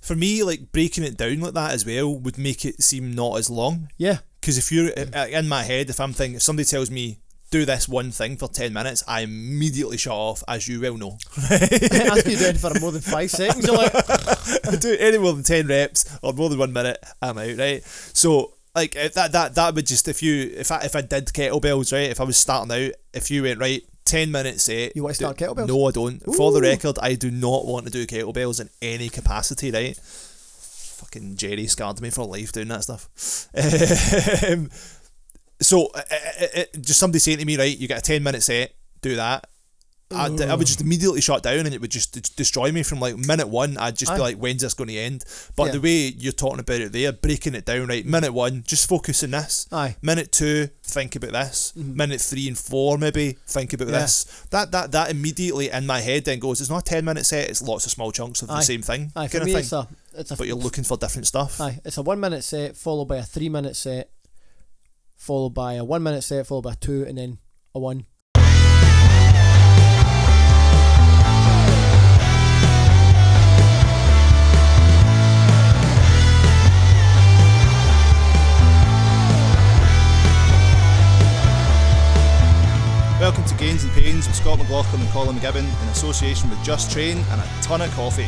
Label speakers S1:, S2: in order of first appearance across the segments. S1: for me, like breaking it down like that as well would make it seem not as long.
S2: Yeah.
S1: Because if you're uh, in my head, if I'm thinking, if somebody tells me do this one thing for ten minutes, I immediately shut off, as you well know.
S2: Ask you doing for more than five seconds. You're like,
S1: I do any more than ten reps or more than one minute, I'm out, right? So like if that that that would just if you if I if I did kettlebells, right? If I was starting out, if you went right. 10 minute set.
S2: You wanna
S1: do-
S2: start kettlebells?
S1: No, I don't. For the
S2: Ooh.
S1: record, I do not want to do kettlebells in any capacity, right? Fucking Jerry scarred me for life doing that stuff. Um, so, uh, uh, uh, just somebody saying to me, right, you get a 10 minute set, do that. I, I would just immediately shut down and it would just d- destroy me from like minute one. I'd just be
S2: Aye.
S1: like, when's this going to end? But
S2: Yeah.
S1: the way you're talking about it there, breaking it down, right? Minute one, just focus on this.
S2: Aye. Mm-hmm.
S1: Minute two, think about this. Minute three and four, maybe think about
S2: Yeah.
S1: this. That that that immediately in my head then goes. It's not a ten minute set. It's lots of small chunks of
S2: Aye.
S1: the same thing,
S2: aye, for
S1: kind of
S2: me,
S1: thing.
S2: it's a, it's a
S1: but you're looking for different stuff.
S2: Aye, it's a one minute set followed by a three minute set, followed by a one minute set followed by a two, and then a one.
S1: Welcome to Gains and Pains with Scott McLaughlin and Colin McGibbon in association with Just Train and a ton of coffee,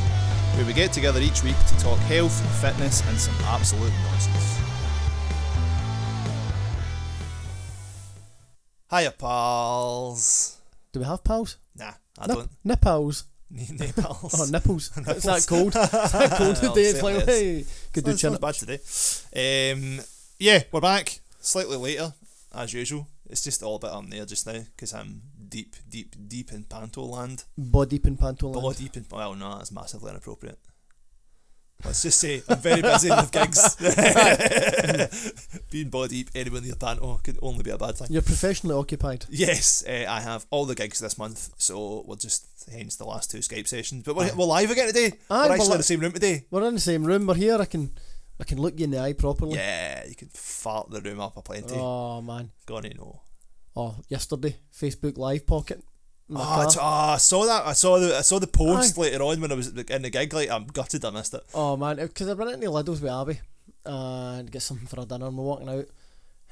S1: where we get together each week to talk health, fitness, and some absolute nonsense. Hiya, pals.
S2: Do we have pals?
S1: Nah, I
S2: Nip-
S1: don't
S2: Nipples.
S1: need any pals.
S2: Oh, nipples. It's that cold. It's that cold
S1: I'll
S2: today. It's
S1: say
S2: like,
S1: it is.
S2: hey, could do
S1: It's
S2: chin
S1: not
S2: up.
S1: bad today. Um, yeah, we're back slightly later as usual. It's just all a bit on there just now because I'm deep, deep, deep in panto land.
S2: Body deep in pantoline.
S1: Ball deep in. Well, no, that's massively inappropriate. Let's just say I'm very busy with gigs. Being ball deep anywhere near Panto could only be a bad thing.
S2: You're professionally occupied.
S1: Yes, uh, I have all the gigs this month, so we're just hence the last two Skype sessions. But we're, we're live again today.
S2: Aye,
S1: we're
S2: we're
S1: actually
S2: li-
S1: in the same room today.
S2: We're in the same room. We're here. I can, I can look you in the eye properly.
S1: Yeah, you can fart the room up a plenty.
S2: Oh man.
S1: Gonna know.
S2: Oh, yesterday Facebook Live pocket. in my
S1: Oh, I
S2: car.
S1: t- oh, I saw that. I saw the I saw the post later on when I was in the gig. Like I'm gutted I missed it.
S2: Oh man, because I ran into Lidl's with Abby and get something for our dinner, and we're walking out, and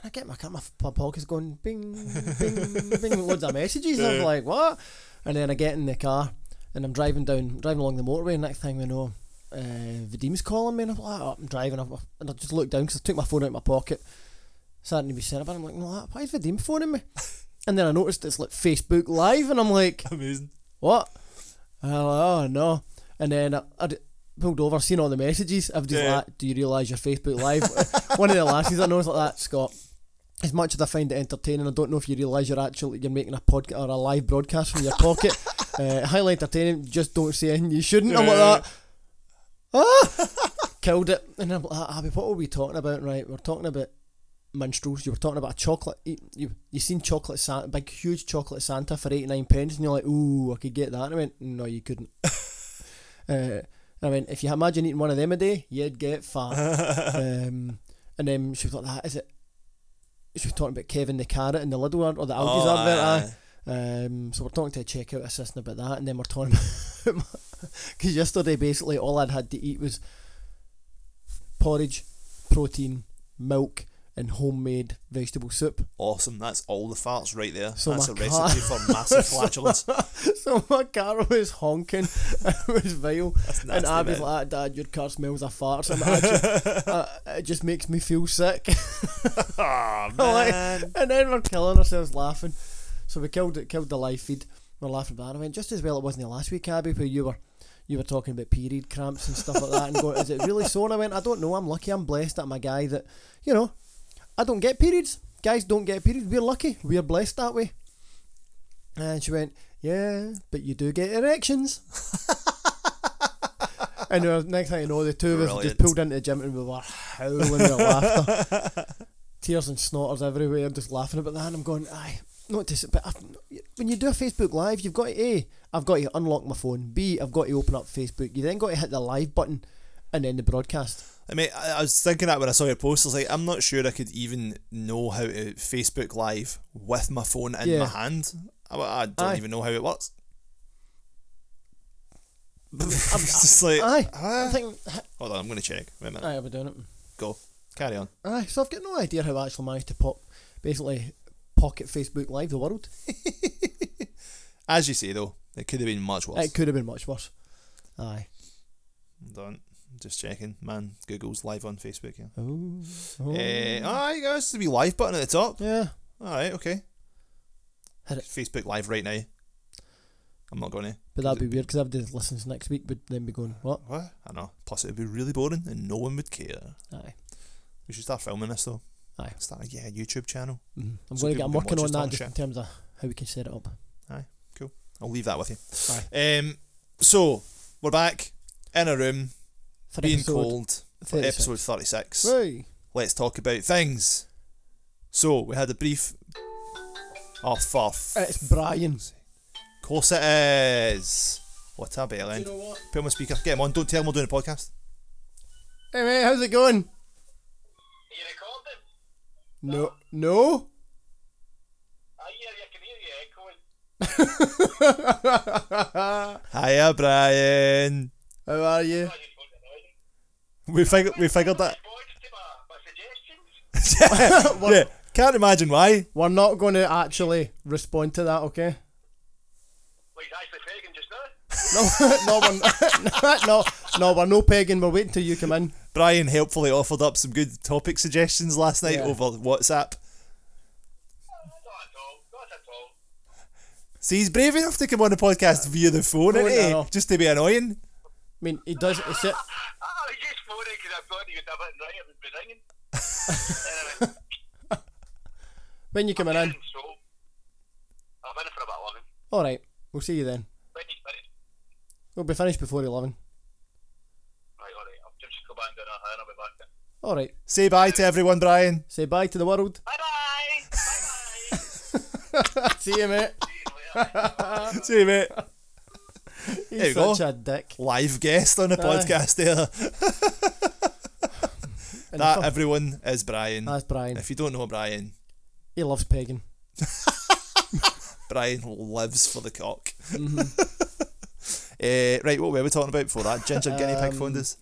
S2: I get my my, my pocket's going bing bing bing, loads of messages. I'm
S1: Yeah.
S2: like, what? And then I get in the car, and I'm driving down, driving along the motorway, and next thing we know, uh, Vadim's calling me, and I'm like, oh, I'm driving, I'm, and I just looked down because I took my phone out of my pocket, starting to be set up, and I'm like, no, why is Vadim phoning me? and then I noticed it's like Facebook Live, and I'm like,
S1: Amazing.
S2: what? And I'm like, oh no. And then I, I d- pulled over, seen all the messages. I've just
S1: Yeah.
S2: like, do you realise your Facebook Live? One of the lasses I know is like that, Scott. As much as I find it entertaining, I don't know if you realise you're actually you're making a podcast or a live broadcast from your pocket. uh, highly entertaining. Just don't say anything you shouldn't. I'm like
S1: Yeah.
S2: that. Ah! Killed it. And I'm like, Abby, what were we talking about? Right, we're talking about minstrels. You were talking about a chocolate. You you, you seen chocolate Santa, big huge chocolate Santa for eighty nine pence, and you're like, ooh, I could get that. And I went, no, you couldn't. uh, I went, if you imagine eating one of them a day, you'd get fat. um, and then she was like, that is it. She was talking about Kevin the carrot and the Lidl ad- or the Aldi's
S1: Oh,
S2: advert.
S1: aye,
S2: aye. Um, so we're talking to a checkout assistant about that, and then we're talking about because yesterday basically all I'd had to eat was porridge, protein, milk, and homemade vegetable soup.
S1: Awesome. That's all the farts right there.
S2: So
S1: That's a
S2: my car-
S1: recipe for massive flatulence.
S2: So my car was honking, it was vile, and
S1: nasty,
S2: I was
S1: man.
S2: like, "Dad, your car smells of farts." I'm like, "Actually, uh, it just makes me feel sick.
S1: Ah
S2: Like,
S1: man.
S2: and then we're killing ourselves laughing. So we killed it, killed the live feed. We're laughing about it. I went just as well it wasn't the last week, Abby, where you were you were talking about period cramps and stuff like that and going, Is it really so? And I went, I don't know, I'm lucky, I'm blessed that I'm a guy that you know, I don't get periods. Guys don't get periods. We're lucky. We're blessed that way. And she went, Yeah, but you do get erections. and the next thing you know, the two of us
S1: Brilliant.
S2: just pulled into the gym and we were howling with laughter. Tears and snorters everywhere. I'm just laughing about that. And I'm going, Aye, not to say, but I've, when you do a Facebook Live, you've got to A, I've got to unlock my phone. B, I've got to open up Facebook. You then got to hit the live button and then the broadcast.
S1: I mean, I, I was thinking that when I saw your post. I was like, I'm not sure I could even know how to Facebook Live with my phone in my
S2: Yeah.
S1: hand. I, I don't
S2: Aye.
S1: even know how it works. I'm just like,
S2: Aye. I
S1: ah.
S2: think.
S1: hold on, I'm going to check. Wait a minute.
S2: Aye, I'll be doing it.
S1: Go. Carry on.
S2: Aye, so I've got no idea how I actually managed to pop basically pocket Facebook Live the world.
S1: As you say, though, it could have been much worse.
S2: It could have been much worse. Aye.
S1: Hold on. Just checking. Man, Google's live on Facebook. Yeah.
S2: Oh.
S1: Eh, ah, you guys, the wee live button at the top.
S2: Yeah.
S1: All right, okay.
S2: Hit it.
S1: Facebook live right now. I'm not going to.
S2: But that'd be weird because I'd have to listen to next week, but then be going, what?
S1: What? I know. Plus, it would be really boring and no one would care.
S2: Aye.
S1: We should start filming this though.
S2: Aye.
S1: Start a yeah YouTube channel.
S2: Mhm.
S1: Mm-hmm.
S2: I'm
S1: So
S2: going
S1: people
S2: to get, I'm
S1: can
S2: working
S1: watch
S2: on
S1: us
S2: that
S1: talk
S2: just in terms of how we can set it up.
S1: I'll leave that with you. Um. So we're back in a room
S2: For
S1: being
S2: episode
S1: cold for
S2: 36.
S1: episode thirty six.
S2: Right.
S1: Let's talk about things. So we had a brief. Oh for f-
S2: It's Brian.
S1: course it is. What a bellend.
S2: know what?
S1: Put him on speaker. Get him on. Don't tell him we're doing a podcast.
S2: Hey mate, how's it going?
S3: Are you recording?
S2: No. No?
S3: I hear you, I can hear you echoing.
S2: how
S1: Hiya, Brian.
S2: are you?
S3: Oh, you're fucking annoying.
S1: We figured we figured that.
S3: Response to my, my suggestions?
S1: Yeah, can't imagine why.
S2: We're not going to actually respond to that, okay?
S3: Well, he's actually pegging just now.
S2: No, no, we're not, no, no, we're no pegging. We're waiting till you come in.
S1: Brian helpfully offered up some good topic suggestions last night
S2: Yeah.
S1: over WhatsApp.
S3: Uh, Not at all, not at all.
S1: See, he's brave enough to come on the podcast via the phone,
S2: Phone,
S1: isn't
S2: I
S1: he?
S2: know.
S1: Just to be annoying.
S2: I mean, he does. He said,
S3: I, Ah, I was just phoning because I thought you'd have it right, it would be ringing. anyway,
S2: when you coming in?
S3: so, I'm in for about 11.
S2: All right, we'll see you then.
S3: When you finished?
S2: We'll be finished before eleven.
S3: Right, alright, I'll just go back and do that and I'll be back.
S2: All right.
S1: Say bye to everyone, Brian.
S2: Say bye to the world.
S3: Bye bye! bye bye!
S2: see you, mate.
S3: See you later.
S1: See you, mate.
S2: He's
S1: There you go.
S2: such a dick.
S1: Live guest on the podcast there.
S2: And
S1: That
S2: fuck-
S1: everyone is Brian.
S2: that's Brian.
S1: If you don't know Brian,
S2: He loves pegging.
S1: Brian lives for the cock. Eh, right, what were we talking about before that? Ginger guinea pig phoned us.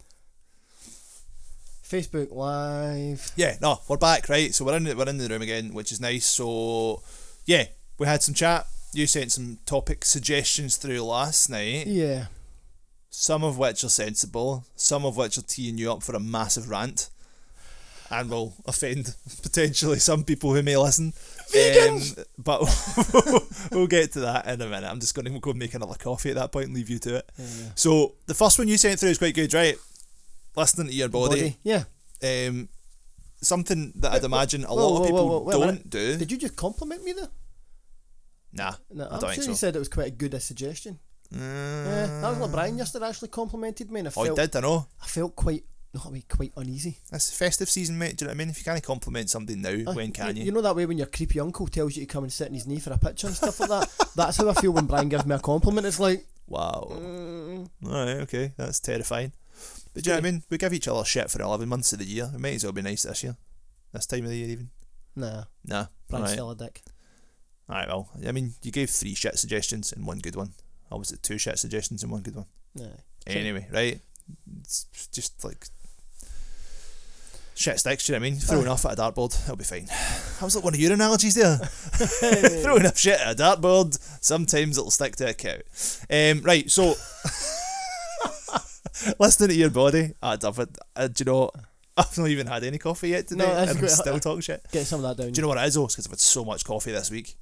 S2: Facebook Live.
S1: yeah, no, we're back, right? So we're in we're in the room again, which is nice. So yeah, we had some chat. You sent some topic suggestions through last night,
S2: Yeah.
S1: some of which are sensible, some of which are teeing you up for a massive rant, and will offend potentially some people who may listen.
S2: Vegans!
S1: Um, but we'll get to that in a minute. I'm just going to go make another coffee at that point and leave you to it. So the first one you sent through is quite good, right? Listening to your body.
S2: Body. Yeah.
S1: Um, something that I'd imagine a
S2: Whoa,
S1: lot
S2: whoa,
S1: of people
S2: whoa, whoa, wait a
S1: don't
S2: minute.
S1: do.
S2: Did you just compliment me there?
S1: nah,
S2: No,
S1: I
S2: I'm
S1: don't
S2: sure
S1: think
S2: you
S1: so.
S2: said it was quite a good a suggestion. Yeah, that was what Brian yesterday actually complimented me, and I
S1: Ah. Oh, he
S2: felt
S1: did, I know.
S2: I felt quite, no, I mean, quite uneasy.
S1: That's festive season, mate. Do you know what I mean? If you can't compliment somebody now,
S2: Uh,
S1: when can you?
S2: You know that way when your creepy uncle tells you to come and sit on his knee for a picture and stuff like that? That's how I feel when Brian gives me a compliment. It's like,
S1: wow.
S2: mm,
S1: Alright, okay. That's terrifying. But do you know what I mean? We give each other shit for 11 months of the year. It might as well be nice this year. This time of the year, even.
S2: nah,
S1: Nah.
S2: Brian's
S1: Alright,
S2: still a dick.
S1: Alright, well. I mean, you gave three shit suggestions and one good one. Or was it two shit suggestions and one good one?
S2: Nah. Okay.
S1: Anyway, right? It's just like shit sticks, do you know what I mean? Throwing off at a dartboard, it'll be fine. That was like one of your analogies there. Throwing up shit at a dartboard, sometimes it'll stick to a cow. Um, right, so listening to your body, I love it. Uh, do you know, I've not even had any coffee yet today, and
S2: that's
S1: I'm
S2: great.
S1: still talking shit.
S2: Get some of that down.
S1: Do you know what it is though? Because I've had so much coffee this week.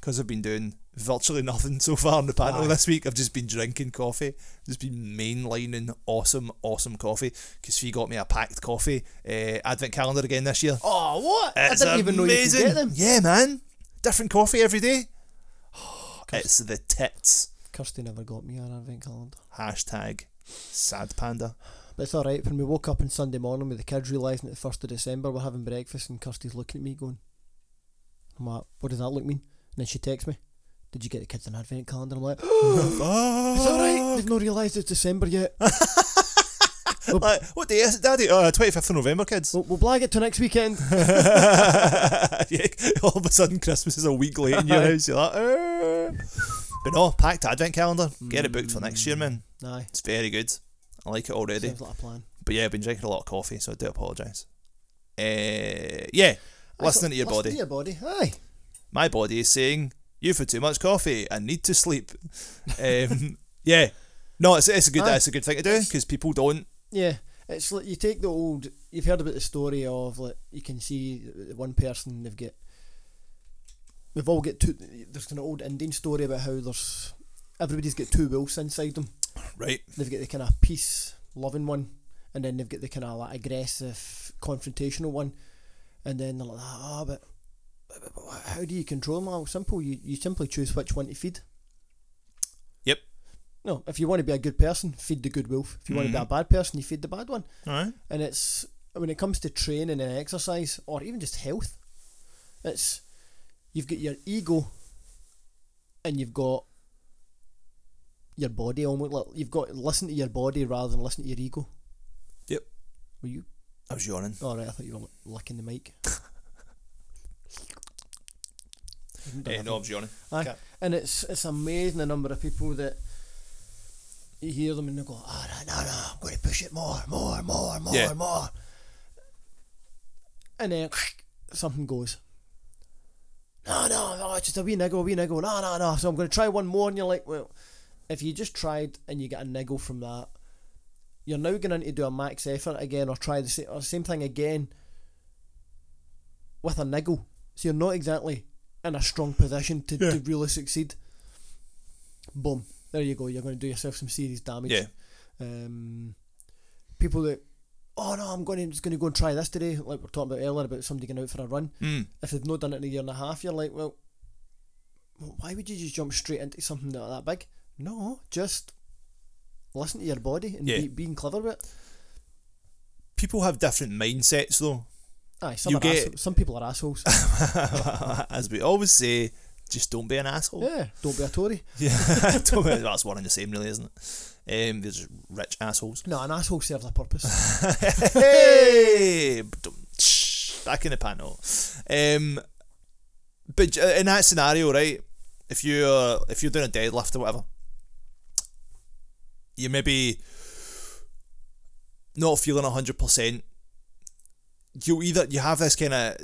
S1: Because I've been doing virtually nothing so far in the panel
S2: Aye.
S1: this week. I've just been drinking coffee. Just been mainlining awesome, awesome coffee. Because she got me a packed coffee uh, advent calendar again this year.
S2: oh, what?
S1: It's
S2: I didn't even know you could
S1: amazing.
S2: get them.
S1: Yeah, man. Different coffee every day. it's the tits.
S2: Kirsty never got me an advent calendar.
S1: Hashtag sad panda.
S2: But it's alright, when we woke up on Sunday morning with the kids realising that the 1st of December we're having breakfast and Kirsty's looking at me going, I'm like, what does that look mean? And then she texts me, did you get the kids an advent calendar? I'm like, It's alright, they've not realised it's December yet. Oh.
S1: Like, what day is it, Daddy? Uh, 25th of November, kids.
S2: We'll, we'll blag it to next weekend.
S1: yeah, all of a sudden Christmas is a week late in your
S2: Aye.
S1: house. You're like, "Er." But no, packed advent calendar. Get it booked for next year, man.
S2: Aye.
S1: It's very good. I like it already.
S2: Sounds like a plan.
S1: But yeah, I've been drinking a lot of coffee, so I do apologise. Uh, yeah,
S2: Aye,
S1: listening to your
S2: listen
S1: body.
S2: to your body. Aye.
S1: My body is saying, "You've had too much coffee. I need to sleep." Um, yeah, no, it's, it's a good
S2: Aye.
S1: it's a good thing to do because people don't.
S2: Yeah, it's like you take the old. You've heard about the story of like you can see the one person they've got. We've all got two. There's an old Indian story about how there's everybody's got two wolves inside them.
S1: Right,
S2: They've got the kind of peace loving one, and then they've got the kind of like aggressive confrontational one, and then they're like, ah, but, but- but how do you control them? Well, simple. You you simply choose which one to feed.
S1: Yep.
S2: No, if you want to be a good person, feed the good wolf. If you want to be a
S1: Mhm.
S2: bad person, you feed the bad one
S1: all right.
S2: and it's when it comes to training and exercise or even just health it's you've got your ego and you've got your body almost like you've got listen to your body rather than listen to your ego
S1: Yep.
S2: were you
S1: I was yawning.
S2: all right? I thought you were li- licking the mic Haven't done
S1: Eh, no, I was yawning.
S2: Aye.
S1: Cap.
S2: And it's it's amazing the number of people that you hear them and they go, oh, no, no, no, I'm going to push it more, more, more, more,
S1: Yeah.
S2: more. And then something goes. No, no, no, it's just a wee niggle, a wee niggle. No, no, no. So I'm going to try one more. And you're like, well, if you just tried and you get a niggle from that, you're now going to need to do a max effort again or try the same, or same thing again with a niggle. So you're not exactly in a strong position to,
S1: Yeah.
S2: to really succeed. Boom. There you go. You're going to do yourself some serious damage.
S1: Yeah.
S2: Um, people that, oh no, I'm going to, just going to go and try this today. Like we were talking about earlier about somebody going out for a run.
S1: Mm.
S2: If they've not done it in a year and a half, you're like, well, why would you just jump straight into something that that big? No, just listen to your body and
S1: Yeah.
S2: be, being clever with it.
S1: People have different mindsets though.
S2: Aye, some,
S1: You
S2: are
S1: get-
S2: asso- some people are assholes.
S1: as we always say, just don't be an asshole.
S2: yeah, don't be a Tory.
S1: Yeah, Don't be- that's one and the same, really, isn't it? Um, they're just rich assholes.
S2: No, an asshole serves a purpose.
S1: hey, back in the panel. Um, but j- in that scenario, right? If you're if you're doing a deadlift or whatever, you maybe not feeling hundred percent. You either you have this kind of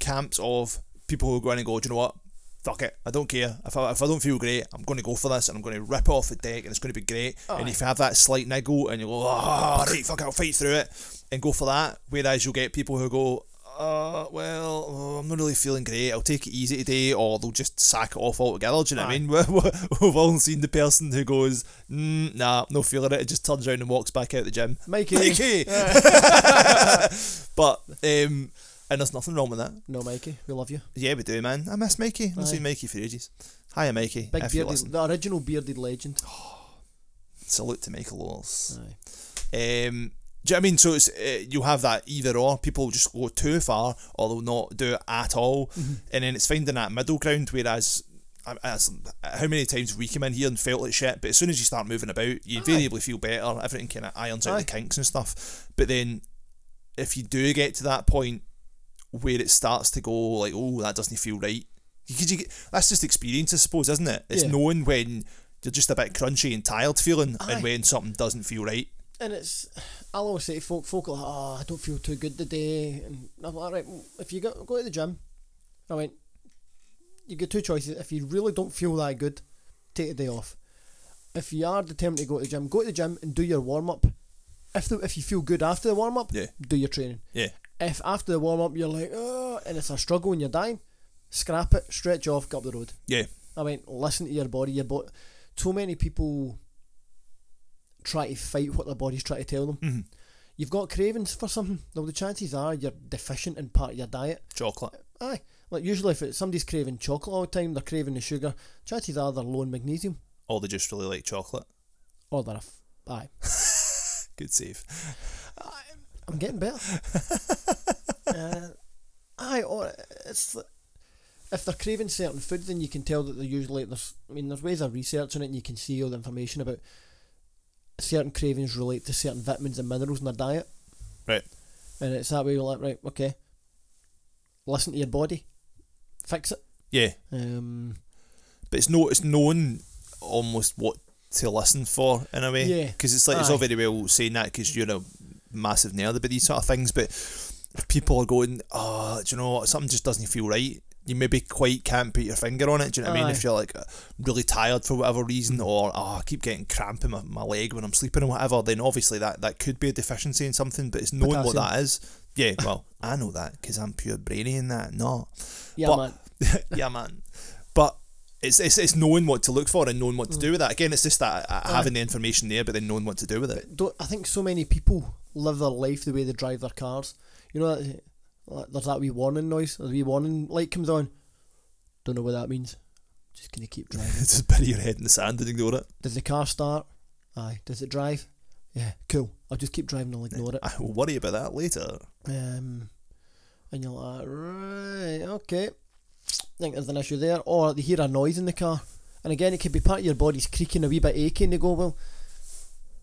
S1: camps of people who go in and go, do you know what? Fuck it, I don't care. If I, if I don't feel great, I'm going to go for this and I'm going to rip it off the deck and it's going to be great. and
S2: Aye.
S1: if you have that slight niggle and you go, oh, right, fuck it, I'll fight through it and go for that. Whereas you'll get people who go, uh, well, oh, I'm not really feeling great. I'll take it easy today, or they'll just sack it off altogether. Do you know
S2: Aye.
S1: what I mean? We've all seen the person who goes, mm, nah, no feeling it. It just turns around and walks back out the gym.
S2: Mikey.
S1: Mikey! but, um, and there's nothing wrong with that.
S2: No, Mikey, we love you.
S1: Yeah, we do, man. I miss Mikey. I've
S2: Aye.
S1: seen Mikey for ages. Hiya, Mikey.
S2: Big
S1: if you
S2: bearded,
S1: listen. Oh.
S2: the original bearded legend.
S1: Salute to Michael Lawless.
S2: Aye.
S1: Um, do you know what I mean? So it's, uh, you'll have that either or. People just go too far or they'll not do it at all.
S2: Mm-hmm.
S1: And then it's finding that middle ground. Whereas, I- as, how many times have we come in here and felt like shit, but as soon as you start moving about, you invariably feel better. Everything kind of irons out
S2: Aye.
S1: the kinks and stuff. But then, if you do get to that point where it starts to go, like, oh, that doesn't feel right. Because you get, that's just experience, I suppose, isn't it? It's
S2: Yeah.
S1: knowing when you're just a bit crunchy and tired feeling,
S2: Aye.
S1: and when something doesn't feel right.
S2: And it's, I'll always say to folk, folk are like, oh, I don't feel too good today. And I'm like, all right, well, if you go, go to the gym, I went, you get two choices. If you really don't feel that good, take a day off. If you are determined to go to the gym, go to the gym and do your warm up. If the, if you feel good after the warm up,
S1: Yeah.
S2: do your training.
S1: Yeah.
S2: If after the warm up you're like, oh, and it's a struggle and you're dying, scrap it, stretch off, go up the road.
S1: Yeah.
S2: I went, listen to your body. Your bo- Too many people try to fight what their body's trying to tell them.
S1: Mhm.
S2: You've got cravings for something. Well, the chances are you're deficient in part of your diet.
S1: Chocolate.
S2: Aye. Like, usually if it, somebody's craving chocolate all the time, they're craving the sugar, chances are they're low in magnesium.
S1: Or they just really like chocolate.
S2: Or they're a... F- aye.
S1: Good save.
S2: I'm getting better. uh, aye, or it's li- if they're craving certain food, then you can tell that they're usually there's. I mean, there's ways of researching it, and you can see all the information about certain cravings relate to certain vitamins and minerals in their diet,
S1: Right.
S2: and it's that way. You're like, right, okay, listen to your body, fix it.
S1: Yeah.
S2: Um,
S1: But it's no it's knowing almost what to listen for in a way.
S2: Yeah.
S1: Because it's like it's all
S2: Aye.
S1: very well saying that because you're a massive nerd about these sort of things, but if people are going, oh, do you know what? Something just doesn't feel right. You maybe quite can't put your finger on it. Do you know what I mean?
S2: Aye.
S1: If you're like really tired for whatever reason, or oh, I keep getting cramp in my, my leg when I'm sleeping and whatever, then obviously that, that could be a deficiency in something, but it's knowing what
S2: Potassium.
S1: that is. Yeah, well, I know that because I'm pure brainy in that. No.
S2: Yeah,
S1: But-
S2: man.
S1: yeah, man. But it's, it's it's knowing what to look for and knowing what
S2: Mm.
S1: to do with that. Again, it's just that uh, having the information there, but then knowing what to do with it.
S2: Don't, I think so many people live their life the way they drive their cars. You know, that- like, there's that wee warning noise, or the wee warning light comes on. Don't know what that means. Just gonna keep driving.
S1: just bury your head in the sand and ignore it.
S2: Does the car start? Aye. Does it drive? Yeah, cool. I'll just keep driving. I'll ignore it.
S1: I will worry about that later.
S2: Um, and you're like, right, okay. think there's an issue there. Or they hear a noise in the car. And again, it could be part of your body's creaking a wee bit aching. They go, well,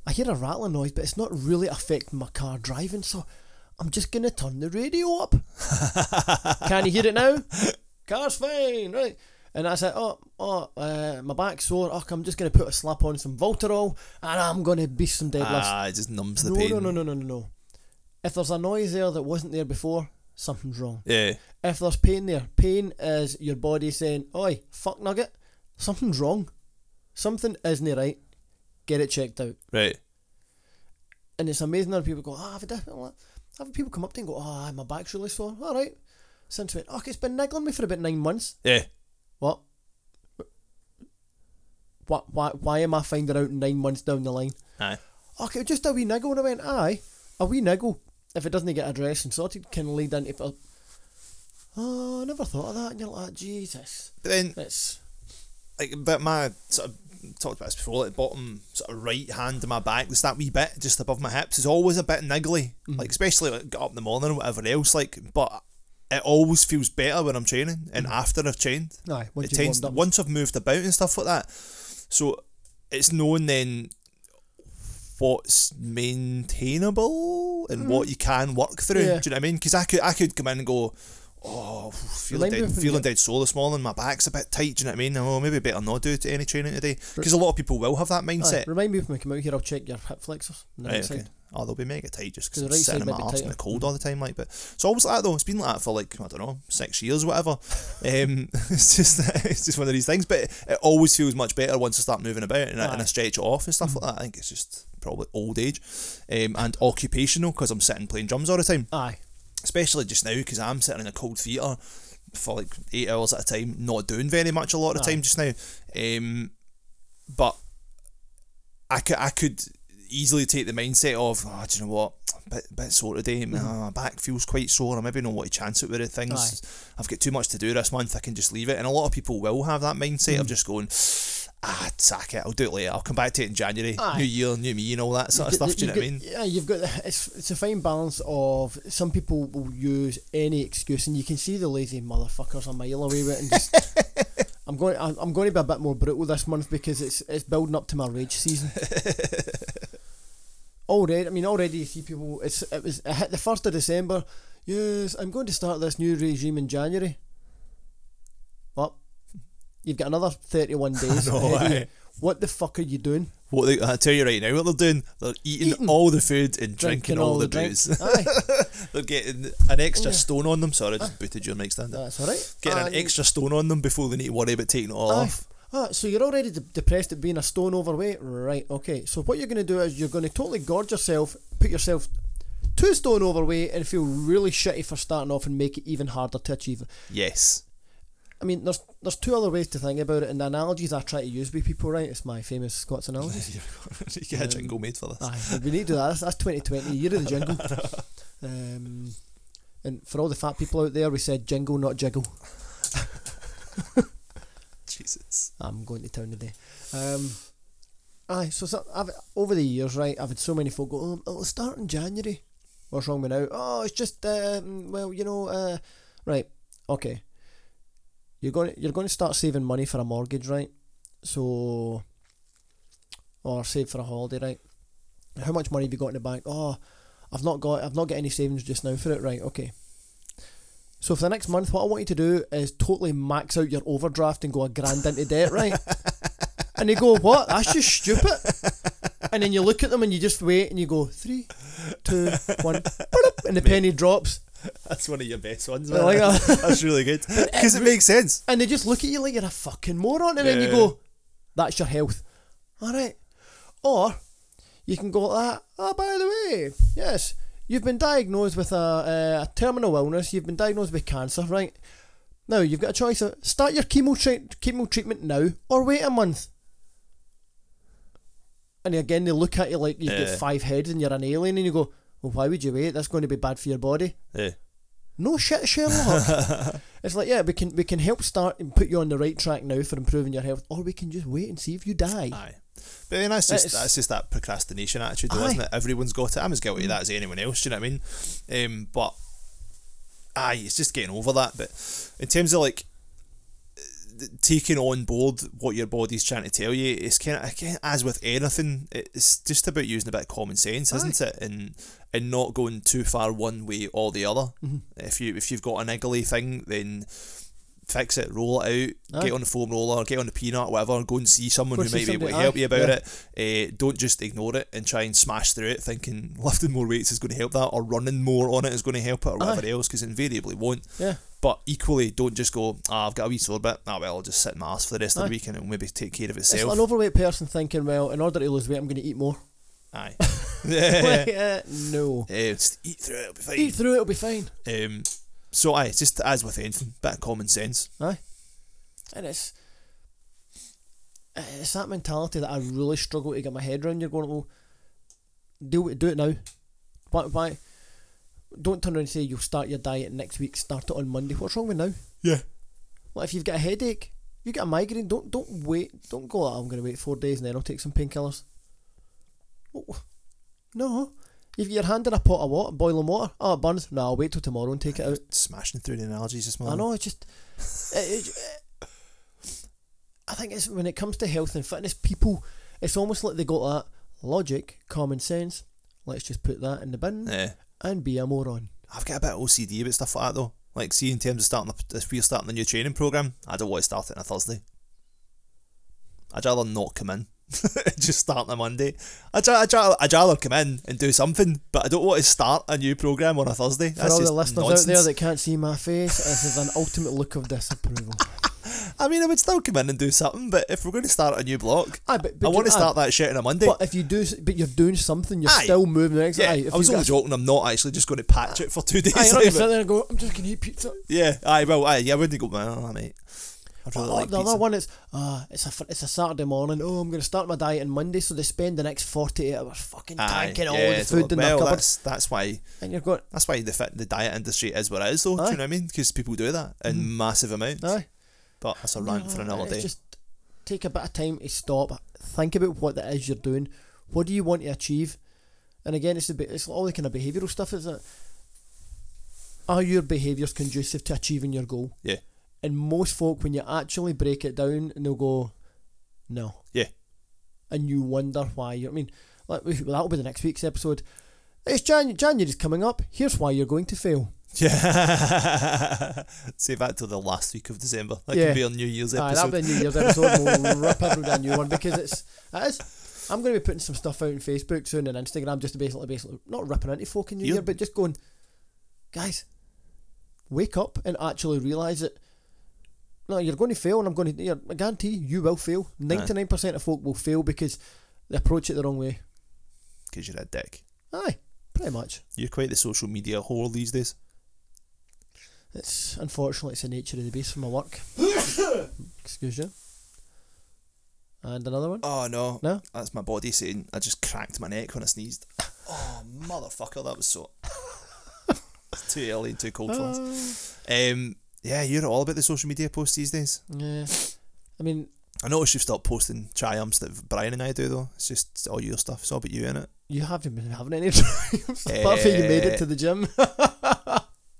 S2: I hear a rattling noise, but it's not really affecting my car driving, so I'm just going to turn the radio up. Can you hear it now? Car's fine, right? And I said, oh, oh, uh, my back's sore. Oh, I'm just going to put a slap on some Voltarol and I'm going to be some deadlifts.
S1: Ah, it just numbs the
S2: No,
S1: pain.
S2: no, no, no, no, no, no. If there's a noise there that wasn't there before, something's wrong.
S1: Yeah,
S2: If there's pain there, pain is your body saying, "Oi, fuck nugget, something's wrong. Something isn't right. Get it checked out."
S1: right.
S2: And it's amazing how people go, "Ah, I've had different." I've people come up to me and go, "Ah, my back's really sore. All right." Since when? Oh, it's been niggling me for about nine months.
S1: Yeah,
S2: What? Why? Why? Why am I finding out nine months down the line?
S1: aye.
S2: okay, just a wee niggle. And I went, aye, a wee niggle, if it doesn't get addressed and sorted, can lead into. Oh, I never thought of that. And you're like, Jesus.
S1: But then,
S2: It's.
S1: like, but my sort of talked about this before. Like bottom sort of right hand of my back, just that wee bit just above my hips is always a bit niggly.
S2: Mm-hmm.
S1: Like especially like got up in the morning or whatever else. Like, but it always feels better when I'm training and
S2: Mm-hmm.
S1: after I've trained.
S2: Aye, once
S1: it
S2: you've
S1: tends
S2: warmed up.
S1: once I've moved about and stuff like that. So it's knowing then what's maintainable and what you can work through.
S2: Mm-hmm. Yeah.
S1: Do you know what I mean? Because I could I could come in and go, oh, feeling
S2: Remind me
S1: dead,
S2: if we
S1: feeling
S2: get-
S1: dead sore this morning. My back's a bit tight. Do you know what I mean? Oh, maybe better not do any training today because a lot of people will have that
S2: Aye,
S1: mindset.
S2: remind me if we come out here, I'll check your hip flexors. on the
S1: Right,
S2: right
S1: okay.
S2: side.
S1: Oh, they'll be mega tight just because
S2: The
S1: I'm
S2: right side
S1: sitting in my
S2: might be
S1: arse in the
S2: tighter. Mm.
S1: cold all the time. Like, but it's always like that though. It's been like that for like I don't know six years, whatever. Um, it's just it's just one of these things. But it always feels much better once I start moving about and, I- and I
S2: Aye. Mm.
S1: stretch it off and stuff like that. I think it's just probably old age, um, and occupational because I'm sitting playing drums all the time
S2: Aye.
S1: especially just now because I'm sitting in a cold theatre for like eight hours at a time, not doing very much a lot of the time just now. Um, but I could I could easily take the mindset of oh, do you know what? Bit, bit sore today. My my back feels quite sore. I maybe not want to chance it with the things. I've got too much to do this month. I can just leave it. And a lot of people will have that mindset of just going, ah, sack it. I'll do it later. I'll come back to it in January.
S2: Aye.
S1: New year, new me, and all that sort of stuff.
S2: You've got-
S1: Do you know what I
S2: you've
S1: mean?
S2: got- Yeah, you've got it's it's a fine balance of some people will use any excuse, and you can see the lazy motherfuckers a mile away with it. And just, I'm going I'm, I'm going to be a bit more brutal this month because it's it's building up to my rage season. already, I mean, already you see people. It's it was it hit the first of December. Yes, I'm going to start this new regime in January. What? You've got another 31 days.
S1: know,
S2: ahead of you.
S1: aye.
S2: What the fuck are you doing?
S1: What they, I tell you right now, what they're doing, they're eating,
S2: Eating.
S1: all the food and drinking, all, the, booze.
S2: drinks. Aye.
S1: they're getting an extra
S2: Yeah.
S1: stone on them. Sorry, I just booted your nightstand.
S2: That's all right.
S1: Getting an
S2: And-
S1: extra stone on them before they need to worry about taking it all
S2: Aye.
S1: off.
S2: Ah, so you're already de- depressed at being a stone overweight, right? Okay. So what you're going to do is you're going to totally gorge yourself, put yourself two stone overweight, and feel really shitty for starting off, and make it even harder to achieve. it.
S1: Yes.
S2: I mean, there's there's two other ways to think about it, and the analogies I try to use with people, right? It's my famous Scots analogy.
S1: you get a jingle made for Ah, this.
S2: Aye, we need to do that. That's, that's 2020, year of the jingle. Um, and for all the fat people out there, we said jingle, not jiggle.
S1: Jesus.
S2: I'm going to town today. Um, aye, so, so I've, over the years, right, I've had so many folk go, oh, it'll start in January. What's wrong with now? Oh, it's just, um, well, you know, uh, right, okay. You're going, to, you're going to start saving money for a mortgage, right? So, or save for a holiday, right? How much money have you got in the bank? Oh, I've not got, I've not got any savings just now for it, right? Okay. So for the next month, what I want you to do is totally max out your overdraft and go a grand into debt, right? and you go, what? That's just stupid. And then you look at them and you just wait and you go, three, two, one, bloop, and the penny drops.
S1: That's one of your best ones.
S2: I like
S1: man.
S2: that.
S1: That's really good because it makes sense.
S2: And they just look at you like you're a fucking moron. And then you
S1: Yeah.
S2: go, that's your health. All right. Or you can go like that. Oh, by the way, yes, you've been diagnosed with a, uh, a terminal illness. You've been diagnosed with cancer, right? Now, you've got a choice of start your chemo, tre- chemo treatment now or wait a month. And again, they look at you like you've
S1: Yeah.
S2: got five heads and you're an alien, and you go, Well, why would you wait? That's going to be bad for your body.
S1: Yeah.
S2: No shit, Sherlock. it's like, yeah, we can we can help start and put you on the right track now for improving your health, or we can just wait and see if you die.
S1: Aye. But then that's just
S2: It's-
S1: that's just that procrastination attitude, though,
S2: Aye.
S1: isn't it? Everyone's got it. I'm as guilty of that as anyone else. Do you know what I mean? Um, but aye, it's just getting over that. But in terms of like th- taking on board what your body's trying to tell you, it's kind of again as with anything, it's just about using a bit of common sense, isn't it? And and not going too far one way or the other.
S2: Mm-hmm.
S1: If you if you've got an niggly thing, then fix it, roll it out, get on the foam roller, get on the peanut, whatever, go and see someone
S2: Go
S1: who
S2: see
S1: might be able
S2: somebody,
S1: to
S2: aye,
S1: help you about it. Uh, don't just ignore it and try and smash through it thinking lifting more weights is going to help that or running more on it is going to help it or whatever else because invariably won't.
S2: Yeah.
S1: But equally, don't just go, ah, I've got a wee sore bit, ah, well, I'll just sit in my ass for the rest of
S2: Aye.
S1: the weekend and maybe take care of
S2: It's like
S1: itself.
S2: an overweight person thinking, Well, in order to lose weight, I'm going to eat more.
S1: Aye.
S2: Like,
S1: yeah.
S2: uh, no.
S1: just eat through it, it'll be fine.
S2: Eat through it, it'll be fine.
S1: Um, so, aye, it's just as with anything, bit of common sense.
S2: Aye. And it's it's that mentality that I really struggle to get my head around. You're going, well, do it, do it now. Why, why? Don't turn around and say you'll start your diet next week. Start it on Monday. What's wrong with now?
S1: Yeah.
S2: Like if you've got a headache, you get a migraine. Don't don't wait. Don't go. "Oh, I'm going to wait four days and then I'll take some painkillers. Oh, No, if you're handing a pot of water, boiling water, oh it burns. No, I'll wait till tomorrow and take it out.
S1: Smashing through the analogies this
S2: I
S1: morning.
S2: know. It's just. It, it- I think it's when it comes to health and fitness, people. It's almost like they got that logic, common sense. Let's just put that in the bin
S1: Yeah.
S2: and be a moron.
S1: I've got a bit of OCD about stuff like that though. Like, see, in terms of starting, the, if we're starting the new training program, I don't want to start it on a Thursday. I'd rather not come in, just start on a Monday. I'd, ra- I'd, ra- I'd rather come in and do something, but I don't want to start a new program on a Thursday.
S2: For
S1: That's
S2: all the
S1: just
S2: listeners
S1: nonsense.
S2: out there that can't see my face, this is an ultimate look of disapproval.
S1: I mean, I would still come in and do something, but if we're going to start a new block,
S2: Aye, Ah, but- but
S1: I want
S2: you-
S1: to
S2: aye.
S1: start that shit on a Monday.
S2: but if you do, s- but you're doing something, you're
S1: Aye.
S2: still moving. The next
S1: yeah,
S2: aye, if
S1: I was
S2: you've
S1: only
S2: got-
S1: joking. I'm not actually just going to patch it for two days.
S2: Aye, you're not
S1: like,
S2: gonna sit there and go, I'm just gonna eat pizza.
S1: yeah, I well, aye, yeah, I wouldn't go, man, mate. I'd rather
S2: Oh,
S1: like
S2: the
S1: pizza.
S2: other one is, ah, it's a fr- it's a Saturday morning. Oh, I'm going to start my diet on Monday, so they spend the next forty eight hours fucking tanking all the
S1: so-
S2: food in
S1: well,
S2: their cupboard,
S1: That's, that's why
S2: and you're going,
S1: that's why the fit, the diet industry is what it is, though. Do
S2: Aye.
S1: you know what I mean? Because people do that in massive amounts.
S2: aye. uh,
S1: But that's a rant for another
S2: It's
S1: day.
S2: Just take a bit of time to stop, think about what it is you're doing. What do you want to achieve? And again, it's a bit, it's all the kind of behavioural stuff. Is it? Are your behaviours conducive to achieving your goal?
S1: Yeah,
S2: And most folk, when you actually break it down, and they'll go, no.
S1: yeah,
S2: and you wonder why you're. I mean, like, well, that'll be the next week's episode. It's Jan- January's coming up. Here's why you're going to fail.
S1: yeah. Save that till the last week of December. That
S2: Yeah.
S1: can be our New Year's
S2: Aye,
S1: episode.
S2: that'll be a New Year's episode. We'll rip everybody a new one because it's that is. I'm going to be putting some stuff out on Facebook soon and Instagram just to basically, basically not ripping into folk in New
S1: Yeah.
S2: Year, but just going, guys, wake up and actually realise that. No, you're going to fail, and I'm going to. You're, I guarantee you will fail. Ninety nine percent of folk will fail because they approach it the wrong way.
S1: Because you're a dick.
S2: Aye, pretty much.
S1: You're quite the social media whore these days.
S2: It's unfortunately it's the nature of the beast for my work. Excuse you. And another one.
S1: Oh no,
S2: No?
S1: That's my body saying I just cracked my neck when I sneezed. Oh motherfucker, that was so. It's too early and too cold for us. Um, yeah, you're all about the social media posts these days.
S2: Yeah. I mean,
S1: I noticed you've stopped posting triumphs that Brian and I do though. It's just all your stuff. It's all about you in it.
S2: you haven't been having any dreams apart from you made it to the gym.
S1: Eh,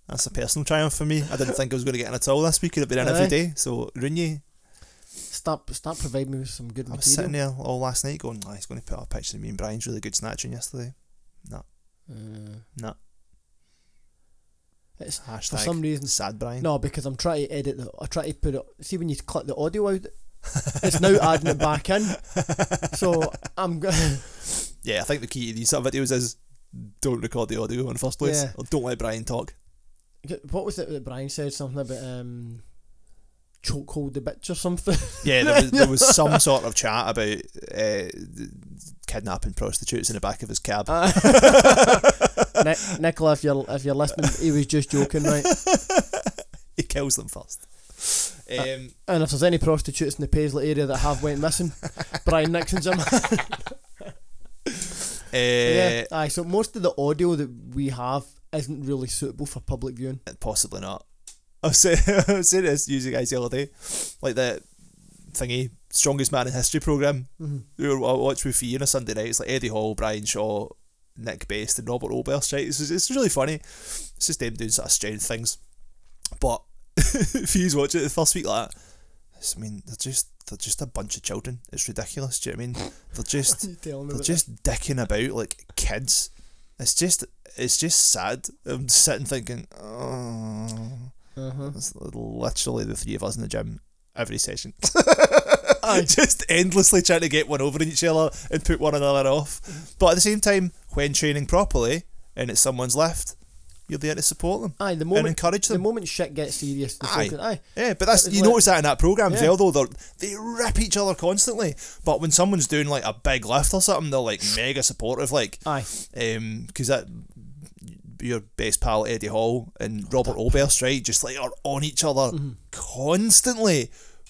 S1: That's a personal triumph for me. I didn't think I was going to get in at all this week. I've been in
S2: Aye.
S1: every day. So Rooney,
S2: stop, stop providing me with some good
S1: I was
S2: material.
S1: sitting there all last night going, "Ah, he's going to put up a picture of me and Brian's really good snatching yesterday.
S2: Uh,
S1: No,
S2: it's
S1: hashtag
S2: for some reason.
S1: sad Brian.
S2: No, because I'm trying to edit. The, I try to put it. See when you click the audio out, It's now adding it back in. So I'm going
S1: Yeah, I think the key to these sort of videos is don't record the audio in the first place.
S2: Yeah.
S1: Or don't let Brian talk.
S2: What was it that Brian said? Something about um, chokehold the bitch or something?
S1: Yeah, there was, there was some sort of chat about uh, kidnapping prostitutes in the back of his cab.
S2: Nic Nicola, if you're if you're listening, he was just joking, right?
S1: he kills them first. Um,
S2: And if there's any prostitutes in the Paisley area that have went missing, Brian Nixon's in.
S1: Eh. uh,
S2: yeah, aye. So most of the audio that we have isn't really suitable for public viewing.
S1: uh, Possibly not. I was saying, I was saying this to you guys the other day, like the thingy, Strongest Man in History program. We were I watched with you on a Sunday night. It's like Eddie Hall, Brian Shaw, Nick Best, and Robert Oberst. Right? It's just- it's really funny. It's just them doing sort of strange things. But if you watch it the first week like that, it's- I mean, they're just they're just a bunch of children. It's ridiculous. Do you know what I mean? They're just
S2: You tell me
S1: they're
S2: about
S1: just dicking about like kids. It's just it's just sad. I'm sitting thinking, oh.
S2: Uh-huh.
S1: It's literally the three of us in the gym every session.
S2: Aye.
S1: Just endlessly trying to get one over each other and put one another off. But at the same time, when training properly and it's someone's left, you're there to support them.
S2: Aye, the moment
S1: encourage them.
S2: The moment shit gets serious, the
S1: Aye.
S2: aye. aye.
S1: Yeah, but that's
S2: It's
S1: you
S2: like-
S1: notice that in that program as
S2: Yeah.
S1: well. Though they're- they rip each other constantly, but when someone's doing like a big lift or something, they're like mega supportive. Like,
S2: Aye.
S1: um, because that your best pal Eddie Hall
S2: Oh,
S1: and Robert Oberst, right, just like are on each other
S2: Mm-hmm.
S1: constantly.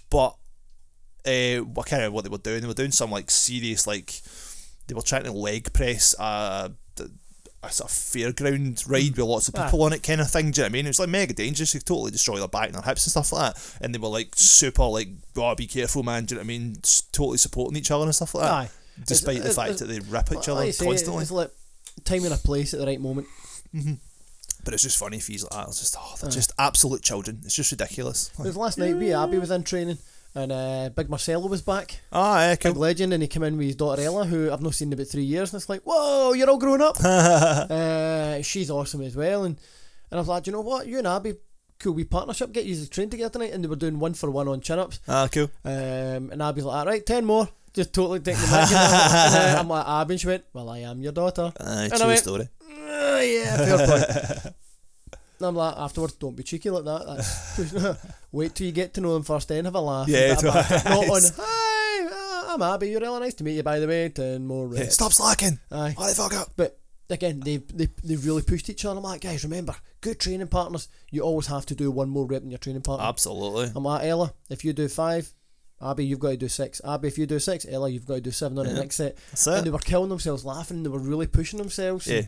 S1: But uh, I can't remember what they were doing. They were doing some like serious like they were trying to leg press a, a sort of fairground
S2: Mm.
S1: ride with lots of people on it kind of thing. Do you know what I mean? It was like mega dangerous. You could totally destroy their back and their hips and stuff like that. And they were like super like, oh, be careful, man. Do you know what I mean? S- totally supporting each other and stuff like that.
S2: Aye.
S1: Despite
S2: It's-
S1: the fact
S2: it's-
S1: that they rip each
S2: Like
S1: other
S2: you say,
S1: constantly.
S2: It's like time and a place at the right moment.
S1: But it's just funny if he's like that. It's just, oh, they're just absolute children. It's just ridiculous.
S2: It was last night. Wee Abby was in training, and uh, Big Marcelo was back.
S1: Ah, yeah,
S2: Big legend, and he came in with his daughter Ella, who I've not seen in about three years, and it's like, whoa, you're all grown up. uh, she's awesome as well, and and I was like, "Do you know what, you and Abby, cool, we partnership, get you to train together tonight, and they were doing one for one on chin ups,
S1: Ah, cool.
S2: um, and Abby's like, all right, ten more, just totally taking the mic. you know? And, uh, I'm like, Abby, and she went, well, I am your daughter.
S1: Uh,
S2: I
S1: true
S2: went-
S1: story.
S2: "Ah, yeah, fair point. And I'm like, afterwards, don't be cheeky like that. That's Wait till you get to know them first, then have a laugh. and
S1: Yeah,
S2: bit of banter. not on.
S1: twice.
S2: Hi, uh, I'm Abby. You're really nice to meet you, by the way. Ten more
S1: Yeah,
S2: reps.
S1: stop slacking.
S2: Aye.
S1: Why the fuck up?
S2: But again, they they they really pushed each other. I'm like, guys, remember, good training partners. You always have to do one more rep than your training partner.
S1: Ah. Absolutely.
S2: I'm like Ella. If you do five, Abby, you've got to do six. Abby, if you do six, Ella, you've got to do seven on the next set.
S1: That's
S2: And they
S1: it.
S2: were killing themselves, laughing. They were really pushing themselves.
S1: Yeah.
S2: and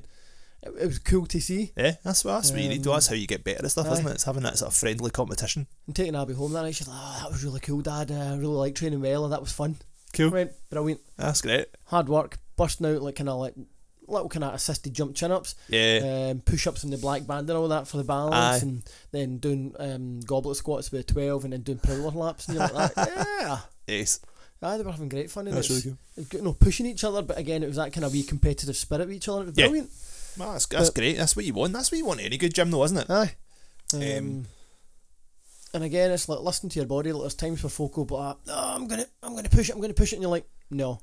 S2: It, it was cool to see.
S1: Yeah, that's what, that's what you need to.
S2: Um,
S1: That's how you get better at stuff, isn't
S2: aye.
S1: it? It's having that sort of friendly competition.
S2: And taking Abby home that night, she's like, oh, that was really cool, Dad. Uh, I really like training with Ella. That was fun. I
S1: Cool.
S2: went, brilliant.
S1: That's great.
S2: Hard work, busting out like kind of like little kind of assisted jump chin ups.
S1: Yeah.
S2: um, push ups in the black band and all that for the balance,
S1: Aye.
S2: and then doing um, goblet squats with twelve, and then doing prowler laps, and you're like, that. yeah,
S1: Ace.
S2: aye, they were having great fun. And
S1: That's
S2: it's,
S1: really
S2: it's good, you know, pushing each other, but again, it was that kind of wee competitive spirit with each other. It was
S1: Yeah.
S2: brilliant.
S1: Man, ah, that's that's great. That's what you want. That's what you want in any good gym, though, isn't it?
S2: Aye. Um,
S1: Um,
S2: and again, it's like listening to your body. Like there's times for focal, but uh, "Oh, I'm gonna, I'm gonna push it, I'm gonna push it, and you're like, no,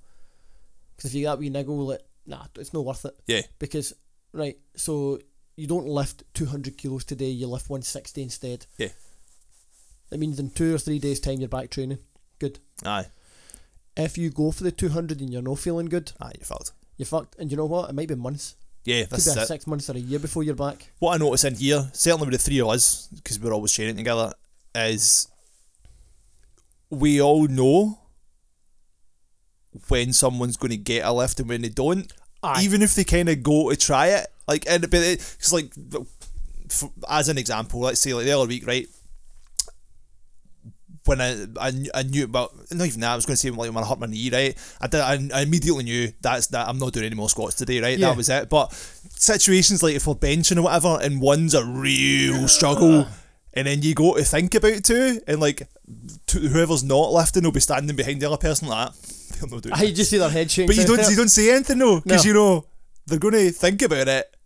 S2: because if you got wee niggle, like, nah, it's not worth it.
S1: Yeah.
S2: because right, so you don't lift 200 kilos today, you lift 160 instead.
S1: Yeah.
S2: That means in two or three days' time you're back training. Good.
S1: Aye.
S2: If you go for the 200 and you're not feeling good,
S1: Aye, you're fucked.
S2: you're fucked. And you know what? It might be months.
S1: Yeah,
S2: Could
S1: that's
S2: be a
S1: it.
S2: six months or a year before you're back.
S1: what I notice in here, certainly with the three of us, because we're always sharing together, is we all know when someone's going to get a lift and when they don't,
S2: Aye.
S1: even if they kind of go to try it. Like, and but it's like, f as an example, let's say like the other week, right? when I, I, knew- I knew about not even that I was going to say like when I hurt my knee right I did I, I immediately knew that's that I'm not doing any more squats today right
S2: Yeah.
S1: that was it but situations like if we're benching or whatever and one's a real struggle and then you go to think about two and like two, whoever's not lifting will be standing behind the other person like that they're not doing
S2: Aye, you just see their head shaking.
S1: but you don't you don't say anything though because
S2: No.
S1: you know they're going to think about it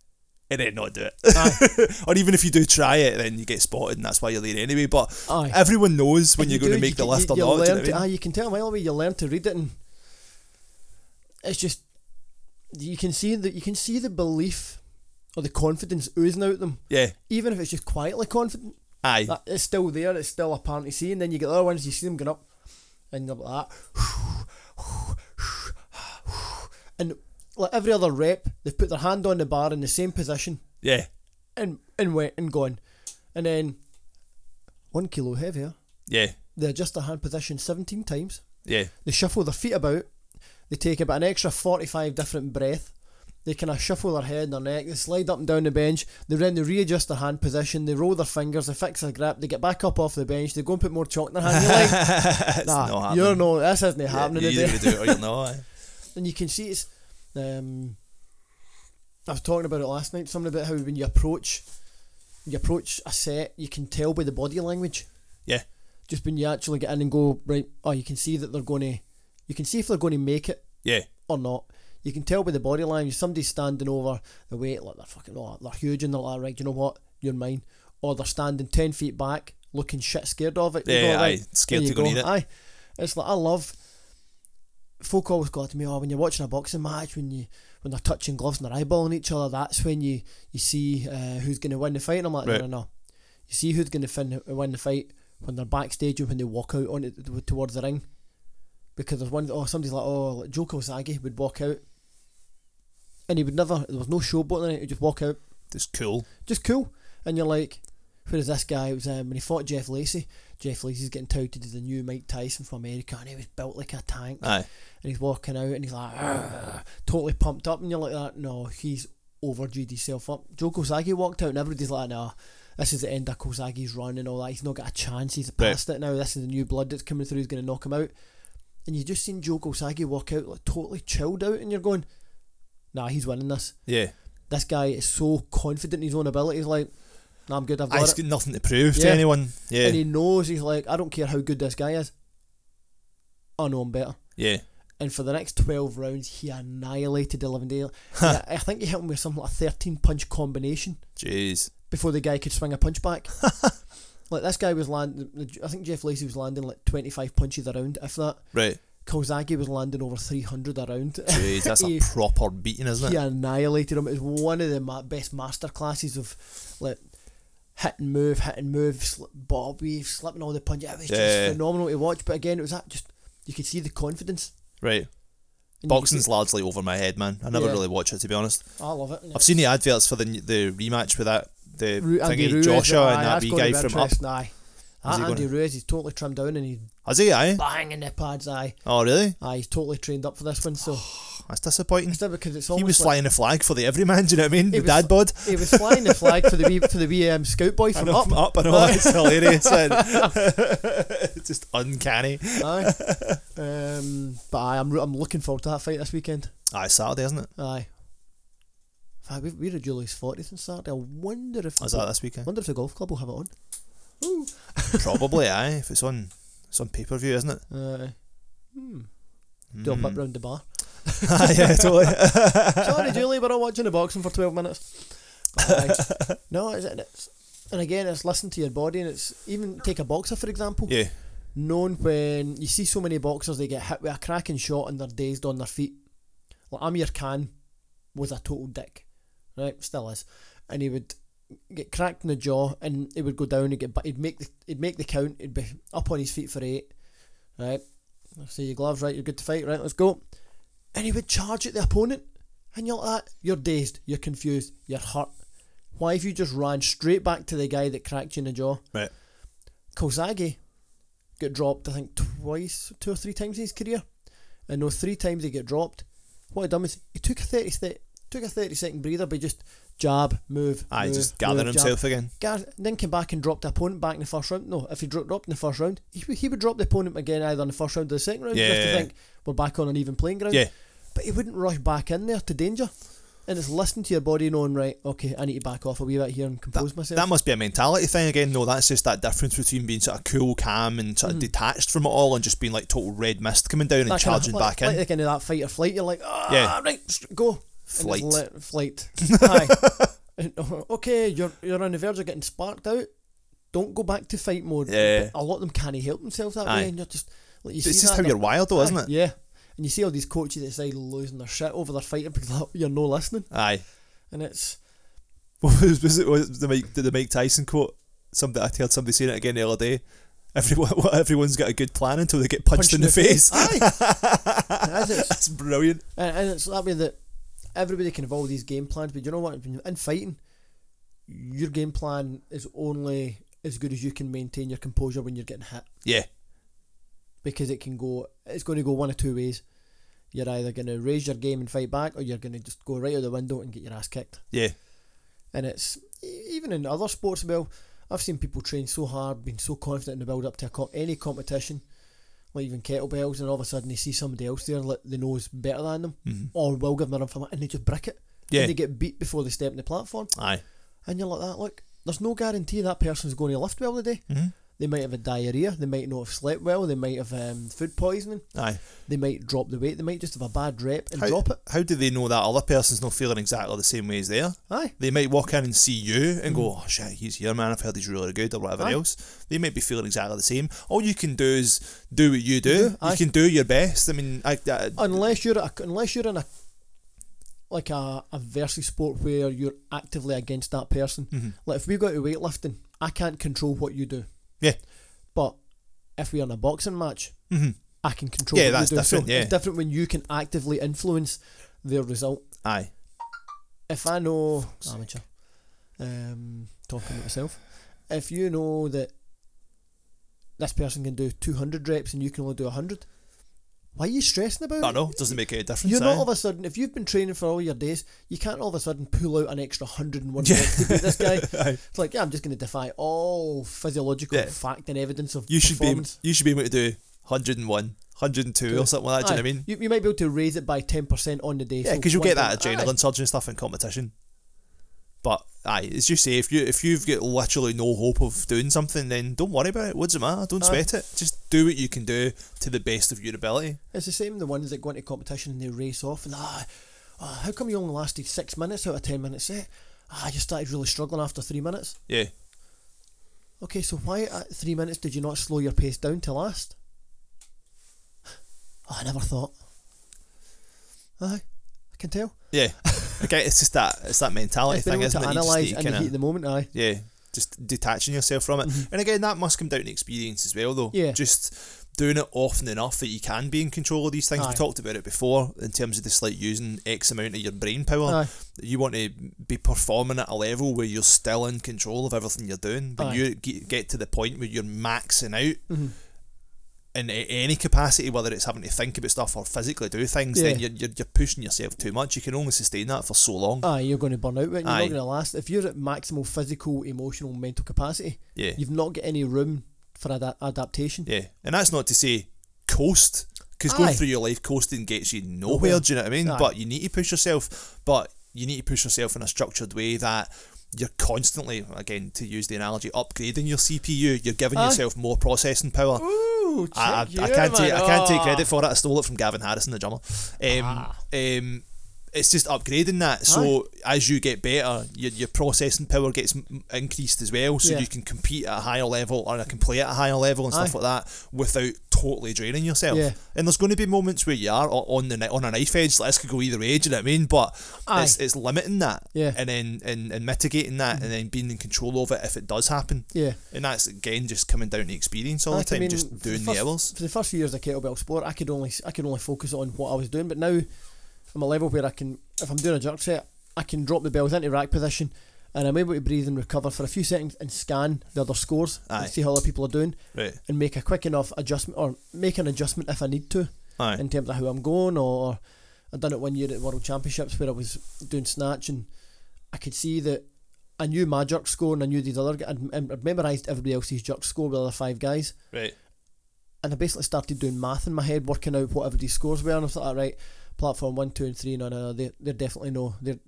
S1: and then not do it. or even if you do try it, then you get spotted, and that's why you're there anyway. But
S2: Aye.
S1: everyone knows when
S2: If
S1: you're
S2: you
S1: going to
S2: do,
S1: make
S2: you
S1: the
S2: can-
S1: list
S2: you,
S1: or
S2: you
S1: not. do you know what
S2: learn
S1: I
S2: to- ah,
S1: mean?
S2: you can tell a while away. You learn to read it, and it's just you can see that you can see the belief or the confidence oozing out them,
S1: Yeah,
S2: even if it's just quietly confident.
S1: aye.
S2: That it's still there. It's still apparent to see, and then you get the other ones. You see them going up, and you're like that, and like every other rep, they've put their hand on the bar in the same position,
S1: yeah,
S2: and and went and gone, and then one kilo heavier.
S1: yeah,
S2: They adjust their hand position seventeen times.
S1: yeah,
S2: They shuffle their feet about. They take about an extra 45 different breath. They kind of shuffle their head and their neck. They slide up and down the bench. They then they readjust their hand position. They roll their fingers. They fix their grip. They get back up off the bench. They go and put more chalk in their hand. You're like,
S1: it's not
S2: nah,
S1: happening.
S2: you're no, this isn't happening
S1: yeah,
S2: today.
S1: You're either gonna do it or you're not. aye.
S2: And you can see it's. Um, I was talking about it last night. Something about how when you approach, you approach a set, you can tell by the body language.
S1: Yeah.
S2: Just when you actually get in and go right. Oh, you can see that they're going to. You can see if they're going to make it
S1: Yeah,
S2: or not. You can tell by the body language. Somebody's standing over the weight, like they're fucking, oh, they're huge, and they're like, right, you know what, you're mine. Or they're standing ten feet back, looking shit scared of it. You
S1: Yeah,
S2: go,
S1: aye,
S2: right,
S1: scared to
S2: there you
S1: go and eat it.
S2: Aye, it's like I love. Folk always go to me, oh, when you're watching a boxing match, when you when they're touching gloves and they're eyeballing each other, that's when you you see uh, who's going to win the fight. And I'm like,
S1: Right.
S2: no, no, no. You see who's going to win the fight when they're backstage and when they walk out on it towards the ring because there's one oh somebody's like oh like Joe Kosagi would walk out and he would never there was no showboat in it he'd just walk out
S1: it's cool.
S2: just cool and you're like where is this guy it was um, when he fought Jeff Lacey Jeff Lacey's getting touted as the new Mike Tyson from America and he was built like a tank
S1: Aye,
S2: and he's walking out and he's like "Argh," totally pumped up and you're like that no he's overdued himself up Joe Kosagi walked out and everybody's like nah this is the end of Kosagi's run and all that he's not got a chance he's
S1: Right.
S2: past it now this is the new blood that's coming through he's going to knock him out and you just seen Joe Kosagi walk out like totally chilled out and you're going nah he's winning this
S1: yeah.
S2: this guy is so confident in his own ability he's like nah I'm good I've
S1: Aye,
S2: got
S1: It's
S2: it
S1: got nothing to prove to
S2: Yeah.
S1: anyone. Yeah,
S2: and he knows he's like I don't care how good this guy is I know I'm better
S1: yeah.
S2: and for the next 12 rounds, he annihilated Illivandale. yeah, I think he hit him with something like a 13 punch combination
S1: Jeez.
S2: before the guy could swing a punch back. like, this guy was landing, I think Jeff Lacey was landing like 25 punches a round, if that.
S1: Right.
S2: Kozagi was landing over 300 a round.
S1: Jeez, that's a
S2: He-
S1: proper beating, isn't it?
S2: he annihilated him. It was one of the ma- best master classes of like hit and move, hit and move, slip, bob weave, slipping all the punches. It was
S1: Yeah.
S2: just phenomenal to watch. But again, it was that just, you could see the confidence.
S1: Right.
S2: And you could
S1: Boxing's largely over my head, man. I never
S2: Yeah.
S1: really watch it to be honest.
S2: see- I love it.
S1: I've seen the adverts for the the rematch with that the
S2: Ru- Andy
S1: thingy
S2: Ruiz,
S1: Joshua
S2: aye,
S1: and that
S2: that's
S1: wee
S2: gonna
S1: guy
S2: be
S1: from Up.
S2: interesting, aye. That
S1: he
S2: Andy
S1: gonna-
S2: Ruiz, he's totally trimmed down and he's
S1: Has he? Aye.
S2: banging the pads. Aye,
S1: Oh really?
S2: aye, he's totally trained up for this one. So
S1: That's disappointing.
S2: it's not because it's
S1: He
S2: almost
S1: was
S2: like,
S1: flying the flag for the everyman. Do you know what I mean? The
S2: was
S1: dad bod.
S2: he was flying the flag for the wee, for the wee um, scout boy from
S1: know,
S2: up.
S1: from up and all. It's hilarious. It's just uncanny.
S2: Aye, um, but aye, I'm re- I'm looking forward to that fight this weekend.
S1: Ah, it's Saturday, isn't it?
S2: Aye, In fact, we we're at Julie's fortieth on Saturday. I wonder if
S1: Is
S2: the,
S1: that this weekend?
S2: wonder if the golf club will have it on.
S1: Probably. Aye. If it's on, it's on pay per view, isn't it?
S2: Uh, hmm. Do a
S1: Hmm.
S2: pip round the bar.
S1: yeah, totally.
S2: Sorry, Julie, we're not watching the boxing for 12 minutes. Aye. no, it's, and it's, and again, it's listen to your body, and it's even take a boxer, for example.
S1: Yeah.
S2: Known when you see so many boxers, they get hit with a cracking shot and they're dazed on their feet. Like Amir Khan was a total dick, right? Still is. And he would get cracked in the jaw and he would go down and get, but he'd make the, he'd make the count, he'd be up on his feet for eight, right? So your gloves, right? You're good to fight, right? Let's go. And he would charge at the opponent, and you're like, that. you're dazed, you're confused, you're hurt. Why have you just ran straight back to the guy that cracked you in the jaw?
S1: Right.
S2: Kozagi got dropped, I think, twice, two or three times in his career. And those three times he got dropped, what he done was he took a thirty se- took a thirty second breather by just jab, move,
S1: Aye,
S2: move,
S1: just gathering
S2: move, jab.
S1: himself again.
S2: Gar- then came back and dropped the opponent back in the first round. No, if he dro- dropped in the first round, he, would- he would drop the opponent again either in the first round or the second round. just
S1: Yeah.
S2: to think we're back on an even playing ground.
S1: Yeah.
S2: But he wouldn't rush back in there to danger. And it's listening to your body knowing, right, okay, I need to back off a wee bit here and compose myself.
S1: That must be a mentality thing again. No, that's just that difference between being sort of cool, calm, and sort of detached from it all, and just being like total red mist coming down and
S2: That kinda-
S1: charging
S2: Mm. like,
S1: back in.
S2: Like the kind of that fight or flight, you're like, ah,
S1: Yeah.
S2: right, st- go. And it's
S1: Flight.
S2: Let, flight. Aye. oh, okay, you're you're on the verge of getting sparked out. Don't go back to fight mode.
S1: Yeah.
S2: But a lot of them can't help themselves that
S1: Aye.
S2: way, and you're just like you
S1: It's
S2: see
S1: just
S2: that
S1: how
S2: and
S1: you're wired, though, isn't
S2: Aye,
S1: it?
S2: Yeah. And you see all these coaches that say losing their shit over their fighting because like, you're no listening.
S1: Aye.
S2: And it's
S1: was, was it was the Mike, did the Mike Tyson quote? Somebody I heard somebody saying it again the other day. Everyone, everyone's got a good plan until they get punched,
S2: Punched
S1: in the, face.
S2: Aye. As it's,
S1: That's brilliant.
S2: and, and it's that way that everybody can have all these game plans, but you know what? In fighting, your game plan is only as good as you can maintain your composure when you're getting hit
S1: Yeah,
S2: because it can go, it's going to go one of two ways. You're either going to raise your game and fight back, or you're going to just go right out the window and get your ass kicked.
S1: yeah,
S2: And it's e- even in other sports. Well, I've seen people train so hard, being so confident in the build up to a co- any competition, like even kettlebells, and all of a sudden they see somebody else there that they know is better than them, or will give them an information, and they just brick it.
S1: Mm-hmm. Yeah.
S2: And they get beat before they step on the platform,
S1: aye,
S2: and you're like that. Look, there's no guarantee that person's going to lift well today.
S1: Mhm.
S2: They might have a diarrhea. They might not have slept well. They might have um, food poisoning.
S1: aye.
S2: They might drop the weight. They might just have a bad rep and
S1: How,
S2: drop it.
S1: How do they know that other person's not feeling exactly the same way as they are?
S2: Aye.
S1: They might walk in and see you and go, "Oh shit, he's here, man. I've heard he's really good," or whatever
S2: Aye.
S1: else. They might be feeling exactly the same. All you can do is do what you do.
S2: Do, aye.
S1: you can do your best. I mean, I, I,
S2: unless you're a, unless you're in a like a, a versus sport where you're actively against that person.
S1: Mm-hmm.
S2: Like if we go to weightlifting, I can't control what you do,
S1: yeah,
S2: but if we're in a boxing match, I can control.
S1: Mm-hmm. Yeah,
S2: what
S1: that's
S2: you do.
S1: different,
S2: So
S1: yeah.
S2: it's different when you can actively influence their result.
S1: aye,
S2: If I know amateur, um, talking to myself, if you know that this person can do two hundred reps and you can only do hundred, why are you stressing about
S1: I
S2: it?
S1: know. Doesn't make any difference.
S2: You're not
S1: aye.
S2: all of a sudden, if you've been training for all your days, you can't all of a sudden pull out an extra 101
S1: Yeah.
S2: reps to beat this guy.
S1: Aye.
S2: It's like, yeah, I'm just going to defy all physiological
S1: Yeah.
S2: fact and evidence of
S1: You should be.
S2: performance.
S1: You should be able to do 101, 102 or something like that. Do you know what I
S2: Aye.
S1: mean?
S2: You, you might be able to raise it by 10% on the day.
S1: Yeah,
S2: so
S1: because you'll get
S2: one
S1: that
S2: thing-
S1: adrenaline surge and stuff in competition. But aye, as you say, if you if you've got literally no hope of doing something, then don't worry about it. What's the matter? Don't
S2: Aye.
S1: sweat it. Just do what you can do to the best of your ability.
S2: Aye. It's the same the ones that go into competition and they race off and, ah, ah, how come you only lasted six minutes out of 10 minute set? Ah, you started really struggling after three minutes.
S1: Yeah,
S2: Okay, so why at three minutes did you not slow your pace down to last? Oh, I never thought. Aye, I can tell.
S1: yeah. okay, it's just that it's that mentality
S2: It's been
S1: thing,
S2: able to
S1: isn't it? You just
S2: analyse
S1: need to
S2: and the
S1: kinda-
S2: heat of the moment, aye.
S1: yeah, just detaching yourself from it. And again, that must come down to experience as well, though.
S2: Mm-hmm. Yeah.
S1: Just doing it often enough that you can be in control of these things. We
S2: Aye.
S1: talked about it before in terms of just like using X amount of your brain power.
S2: Aye.
S1: You want to be performing at a level where you're still in control of everything you're doing. When
S2: Aye. Mm-hmm.
S1: you ge- get to the point where you're maxing out. In a- any capacity, whether it's having to think about stuff or physically do things, then
S2: Yeah.
S1: you're, you're, you're pushing yourself too much. You can only sustain that for so long.
S2: Aye, you're going to burn out, and you're
S1: Aye.
S2: not going to last. If you're at maximal physical, emotional, mental capacity,
S1: Yeah.
S2: you've not got any room for ada- adaptation.
S1: Yeah, and that's not to say coast, because going
S2: Aye.
S1: through your life coasting gets you nowhere.
S2: Nowhere.
S1: Do you know what I mean?
S2: Aye.
S1: But you need to push yourself. But you need to push yourself in a structured way that you're constantly, again, to use the analogy, upgrading your CPU. You're giving
S2: Aye.
S1: yourself more processing power.
S2: Ooh,
S1: I, I, I can't take I can't take credit for it. I stole it from Gavin Harrison, the drummer. Um,
S2: Ah.
S1: um, it's just upgrading that. So as you get better, your, your processing power gets m- m- increased as well. So
S2: Yeah.
S1: you can compete at a higher level, or I can play at a higher level and stuff
S2: Aye.
S1: like that without totally draining yourself.
S2: Yeah.
S1: And there's going to be moments where you are o- on the ni- on a knife edge. Like, this could go either way. Do you know what I mean? But
S2: Aye.
S1: it's, it's limiting that,
S2: Yeah. Mm.
S1: and then and, and mitigating that, and then being in control of it if it does happen.
S2: Yeah.
S1: And that's again just coming down to experience all
S2: Aye,
S1: the time,
S2: I mean,
S1: just
S2: for
S1: doing the,
S2: first,
S1: hours.
S2: For the first few years of kettlebell sport, I could only I could only focus on what I was doing. But now I'm a level where I can, if I'm doing a jerk set, I can drop the bells into rack position, and I'm able to breathe and recover for a few seconds and scan the other scores
S1: Aye.
S2: and see how other people are doing,
S1: Right.
S2: and make a quick enough adjustment or make an adjustment if I need to
S1: Aye.
S2: in terms of how I'm going. Or I done it one year at World Championships where I was doing snatch and I could see that. I knew my jerk score and I knew these other guys. I'd memorised everybody else's jerk score with the other five guys
S1: right.
S2: and I basically started doing math in my head, working out what everybody's scores were, and I was like, "All right, platform one, two, and three, no, no, no, they they're definitely no, they're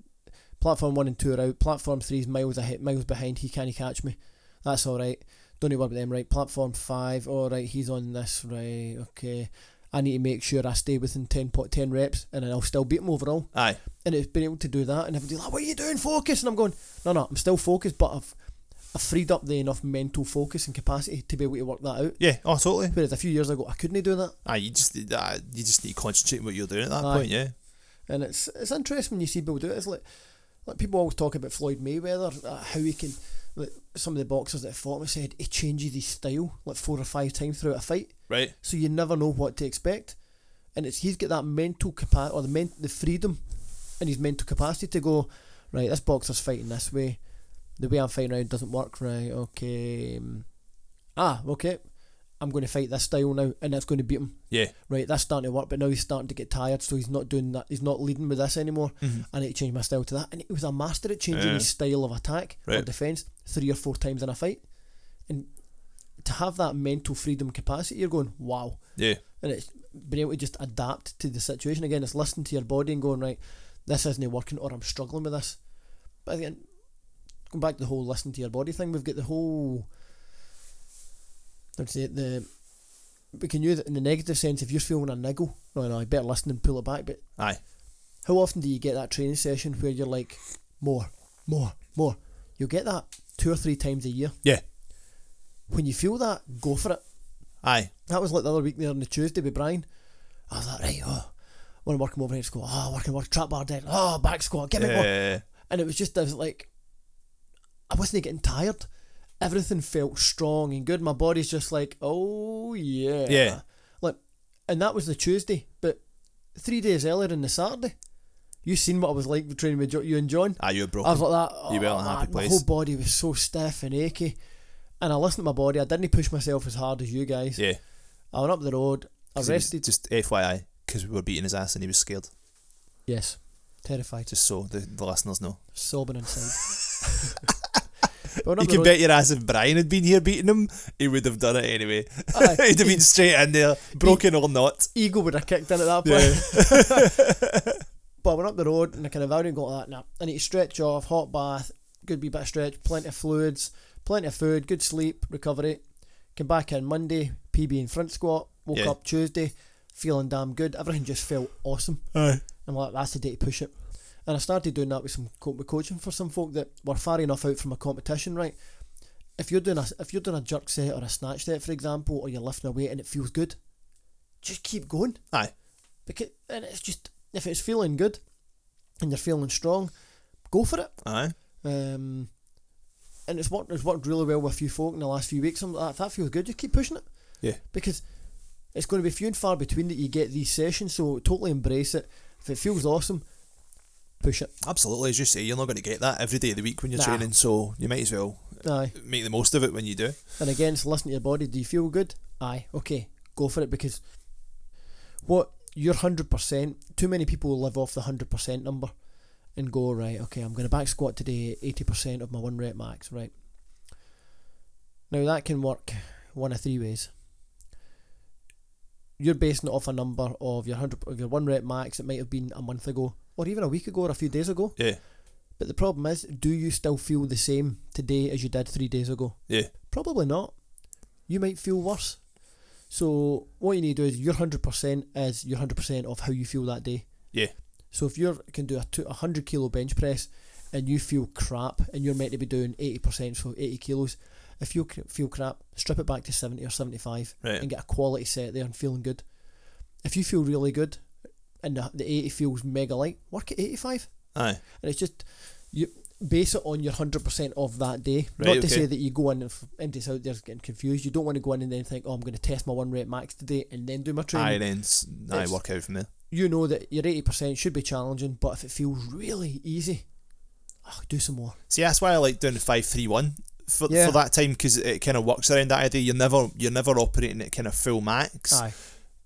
S2: platform one and two are out. Platform three's miles ahead, miles behind. He can't catch me. That's all right. Don't need to worry about them. Right, platform five, all right, he's on this. Right, okay. I need to make sure I stay within 10, po- 10 reps and then I'll still beat them overall.
S1: Aye.
S2: And it's been able to do that. And everybody's like, what are you doing? Focus. And I'm going, no, no, I'm still focused, but I've, I've freed up the enough mental focus and capacity to be able to work that out.
S1: Yeah. Oh, totally.
S2: Whereas a few years ago, I couldn't do that.
S1: Aye. You just need that. You just need to concentrate on what you're doing at that
S2: Aye.
S1: point. Yeah.
S2: And it's it's interesting when you see people do it. It's like, like people always talk about Floyd Mayweather, uh, how he can. Like some of the boxers that fought him said he changes his style like four or five times throughout a fight,
S1: Right.
S2: so you never know what to expect. And it's he's got that mental capacity or the men- the freedom and his mental capacity to go right. This boxer's fighting this way. The way I'm fighting around doesn't work. Right. Okay. um, Ah. Okay. I'm going to fight this style now, and that's going to beat him
S1: Yeah.
S2: right, that's starting to work, but now he's starting to get tired, so he's not doing that. He's not leading with this anymore. I need to change my style to that. And he was a master at changing
S1: Mm-hmm. Yeah.
S2: his style of attack or
S1: Right.
S2: defence three or four times in a fight. And to have that mental freedom capacity, you're going, wow.
S1: Yeah.
S2: And it's being able to just adapt to the situation. Again, it's listening to your body and going, right, this isn't working or I'm struggling with this. But again, going back to the whole listen to your body thing, we've got the whole. I'd say it, the. We can use it in the negative sense if you're feeling a niggle. No, no, I better listen and pull it back. But
S1: Aye.
S2: how often do you get that training session where you're like, more, more, more? You'll get that two or three times a year.
S1: Yeah.
S2: When you feel that, go for it.
S1: Aye.
S2: That was like the other week there on the Tuesday with Brian. I was like, right, oh, when I'm working over here, just go, oh, working, work, trap bar dead, oh, back squat, give me more.
S1: Yeah.
S2: And it was just, I was like, I wasn't getting tired. Everything felt strong and good. My body's just like, oh, yeah.
S1: Yeah.
S2: Like, and that was the Tuesday, but three days earlier in the Saturday, you seen what I was like with training with jo- you and John.
S1: Aye. You're broken.
S2: I was like that.
S1: You were in a
S2: oh,
S1: happy
S2: man,
S1: place.
S2: My whole body was so stiff and achy. And I listened to my body. I didn't push myself as hard as you guys.
S1: yeah.
S2: I went up the road. I
S1: 'Cause he was-
S2: rested.
S1: Just FYI, because we were beating his ass and he was scared.
S2: yes. Terrified.
S1: Just so the, the listeners know.
S2: Sobbing inside. But I went up
S1: You
S2: the
S1: can
S2: road.
S1: bet your ass if Brian had been here beating him, he would have done it anyway.
S2: Aye.
S1: He'd have been straight in there, broken or not.
S2: ego would have kicked in at that point.
S1: Yeah.
S2: But I went up the road and I kind of already got that. Nah, I need to stretch off, hot bath, good wee bit of stretch, plenty of fluids, plenty of food, good sleep, recovery. Came back in Monday, PB and front squat. Woke
S1: Yeah.
S2: up Tuesday, feeling damn good. Everything just felt awesome.
S1: Aye.
S2: I'm like, that's the day to push it. And I started doing that with some co- with coaching for some folk that were far enough out from a competition, right? If you're doing a if you're doing a jerk set or a snatch set, for example, or you're lifting a weight and it feels good, just keep going
S1: Aye.
S2: because and it's just if it's feeling good and you're feeling strong, go for it.
S1: Aye.
S2: Um, and it's worked. It's worked really well with a few folk in the last few weeks. I'm like, if that feels good, just keep pushing it.
S1: Yeah.
S2: Because it's going to be few and far between that you get these sessions. So totally embrace it. If it feels awesome, push it.
S1: Absolutely, as you say, you're not going to get that every day of the week when you're
S2: Nah.
S1: training, so you might as well
S2: Aye.
S1: make the most of it when you do.
S2: And again, it's listen to your body. Do you feel good? Aye. Okay. Go for it because what you're hundred percent. Too many people live off the hundred percent number and go right. Okay, I'm going to back squat today eighty percent of my one rep max. Right. Now that can work one of three ways. You're basing it off a number of your hundred of your one rep max. It might have been a month ago, or even a week ago, or a few days ago.
S1: Yeah,
S2: But the problem is, do you still feel the same today as you did three days ago?
S1: yeah,
S2: Probably not. You might feel worse. So what you need to do is your hundred percent is your hundred percent of how you feel that day.
S1: yeah,
S2: So if you can do a two- a hundred kilo bench press and you feel crap and you're meant to be doing eighty percent, so eighty kilos, if you c- feel crap, strip it back to seventy or seventy five
S1: Right.
S2: and get a quality set there and feeling good. If you feel really good and the, the eighty feels mega light, work at eighty five
S1: aye,
S2: and it's just you base it on your hundred percent of that day.
S1: Right,
S2: Not to
S1: okay.
S2: say that you go in and f- empties out there's getting confused. You don't want to go in and then think, oh, I'm going to test my one rep max today and then do my training.
S1: aye. Then s- aye,
S2: It's-
S1: work out from there.
S2: You know that your eighty percent should be challenging, but if it feels really easy, oh, do some more.
S1: See, that's why I like doing the five three one for
S2: Yeah.
S1: for that time because it kind of works around that idea. You're never you're never operating at kind of full max,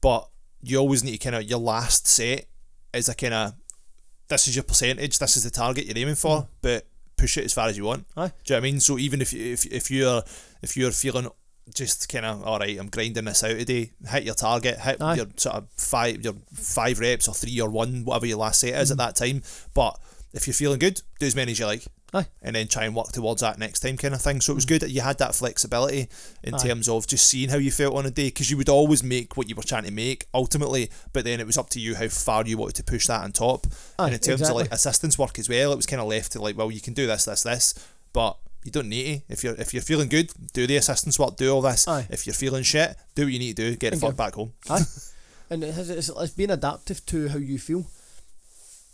S1: but you always need to kind of your last set is a kind of this is your percentage, this is the target you're aiming for, but push it as far as you want.
S2: Mm-hmm. Aye.
S1: Do you know what I mean? So even if you- if if you're if you're feeling just kind of all right, I'm grinding this out today. Hit your target. Hit
S2: Aye.
S1: your sort of five your five
S2: Mm-hmm.
S1: reps or three or one whatever your last set is at that time. But if you're feeling good, do as many as you like.
S2: Aye. Mm-hmm.
S1: and then try and work towards that next time kind of thing. So it was good that you had that flexibility in
S2: Aye.
S1: terms of just seeing how you felt on a day because you would always make what you were trying to make ultimately, but then it was up to you how far you wanted to push that on top.
S2: Aye,
S1: and in terms
S2: Ah, exactly.
S1: of like assistance work as well, it was kind of left to like, well, you can do this, this, this, but you don't need to. If you're if you're feeling good, do the assistance work, do all this.
S2: Aye.
S1: If you're feeling shit, do what you need to do, get the
S2: And
S1: fuck
S2: go.
S1: back home.
S2: Aye. and it has, it's, it's being adaptive to how you feel.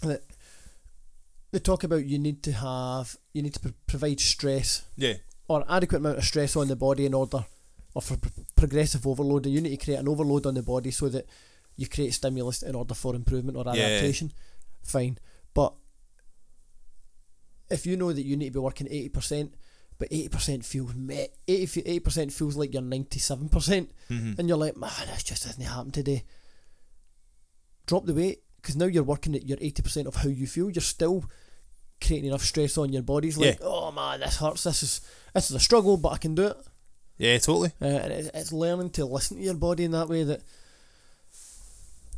S2: That they talk about you need to have you need to pro- provide stress
S1: Yeah.
S2: or adequate amount of stress on the body in order, or for pro- progressive overload, and you need to create an overload on the body so that you create stimulus in order for improvement or
S1: Yeah.
S2: adaptation. Fine, but if you know that you need to be working eighty percent, but eighty percent feels me eighty percent feels like you're ninety seven percent, and you're like, man, this just hasn't happened today. Drop the weight because now you're working at your eighty percent of how you feel. You're still creating enough stress on your body. It's like,
S1: Yeah.
S2: oh man, this hurts. This is this is a struggle, but I can do it.
S1: Yeah, totally.
S2: Uh, and it's, it's learning to listen to your body in that way that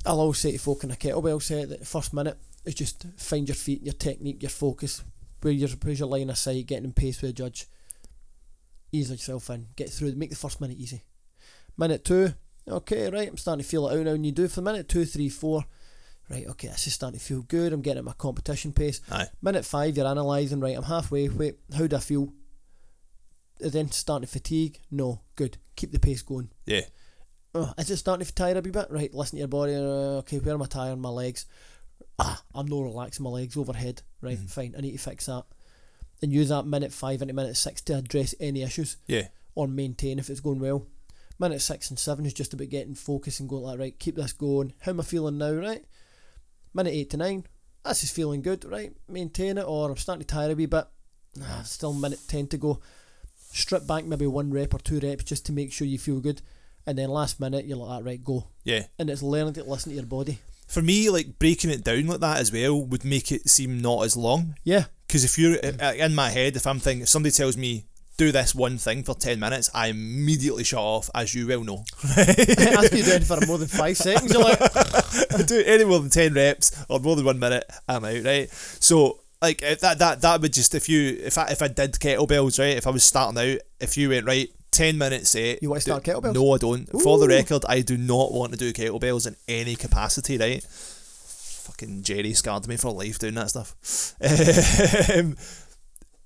S2: I'll always say to folk in a kettlebell set that the first minute is just find your feet, your technique, your focus, where your where's your line of sight, getting in pace with the judge. Ease yourself in, get through, make the first minute easy. Minute two, okay, right, I'm starting to feel it out now. And you do it for minute two, three, four, right, okay, this is starting to feel good. I'm getting at my competition pace.
S1: Aye.
S2: Minute five, you're analysing, right, I'm halfway, wait, how do I feel? And then starting to fatigue? No, good, keep the pace going.
S1: Yeah.
S2: Oh, is it starting to tire a wee bit? Right, listen to your body. Uh, okay, where am I tiring my legs? Ah, I'm not relaxing my legs overhead. Right, fine, I need to fix that. And use that minute five into minute six to address any issues
S1: Yeah.
S2: or maintain if it's going well. Minute six and seven is just about getting focused and going like, right, keep this going. How am I feeling now, right? Minute eight to nine, this is feeling good, right? Maintain it, or I'm starting to tire a wee bit. Ah, still minute ten to go. Strip back maybe one rep or two reps just to make sure you feel good. And then last minute, you're like, that, right, go.
S1: Yeah.
S2: And it's learning to listen to your body.
S1: For me, like breaking it down like that as well would make it seem not as long.
S2: Yeah.
S1: Because if you're uh, in my head, if I'm thinking, if somebody tells me do this one thing for ten minutes, I immediately shut off, as you well know.
S2: Ask you doing for more than five seconds, you're like,
S1: do any more than ten reps or more than one minute, I'm out. Right. So like if that that that would just if you if I if I did kettlebells right, if I was starting out, if you went right. 10 minutes set.
S2: You wanna
S1: do-
S2: start kettlebells?
S1: No, I don't. For the
S2: Ooh.
S1: record, I do not want to do kettlebells in any capacity, right? Fucking Jerry scarred me for life doing that stuff. Um,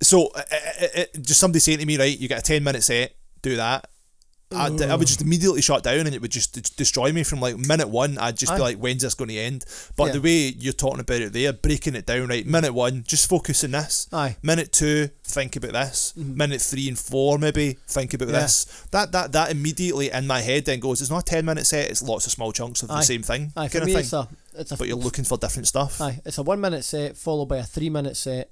S1: so, uh, uh, uh, just somebody saying to me, right, you get a 10 minute set, do that. I'd, I would just immediately shut down and it would just d- destroy me from like minute one. I'd just
S2: Aye.
S1: be like, when's this going to end? But
S2: Yeah.
S1: the way you're talking about it there, breaking it down, right? Minute one, just focus on this.
S2: Aye. Mm-hmm.
S1: Minute two, think about this. Minute three and four, maybe think about
S2: Yeah.
S1: this. That that that immediately in my head then goes, it's not a ten minute set. It's lots of small chunks of
S2: Aye.
S1: the same thing,
S2: aye, for
S1: kind
S2: me,
S1: of
S2: it's
S1: thing.
S2: a, it's a
S1: But you're looking for different stuff.
S2: Aye, it's a one minute set followed by a three minute set,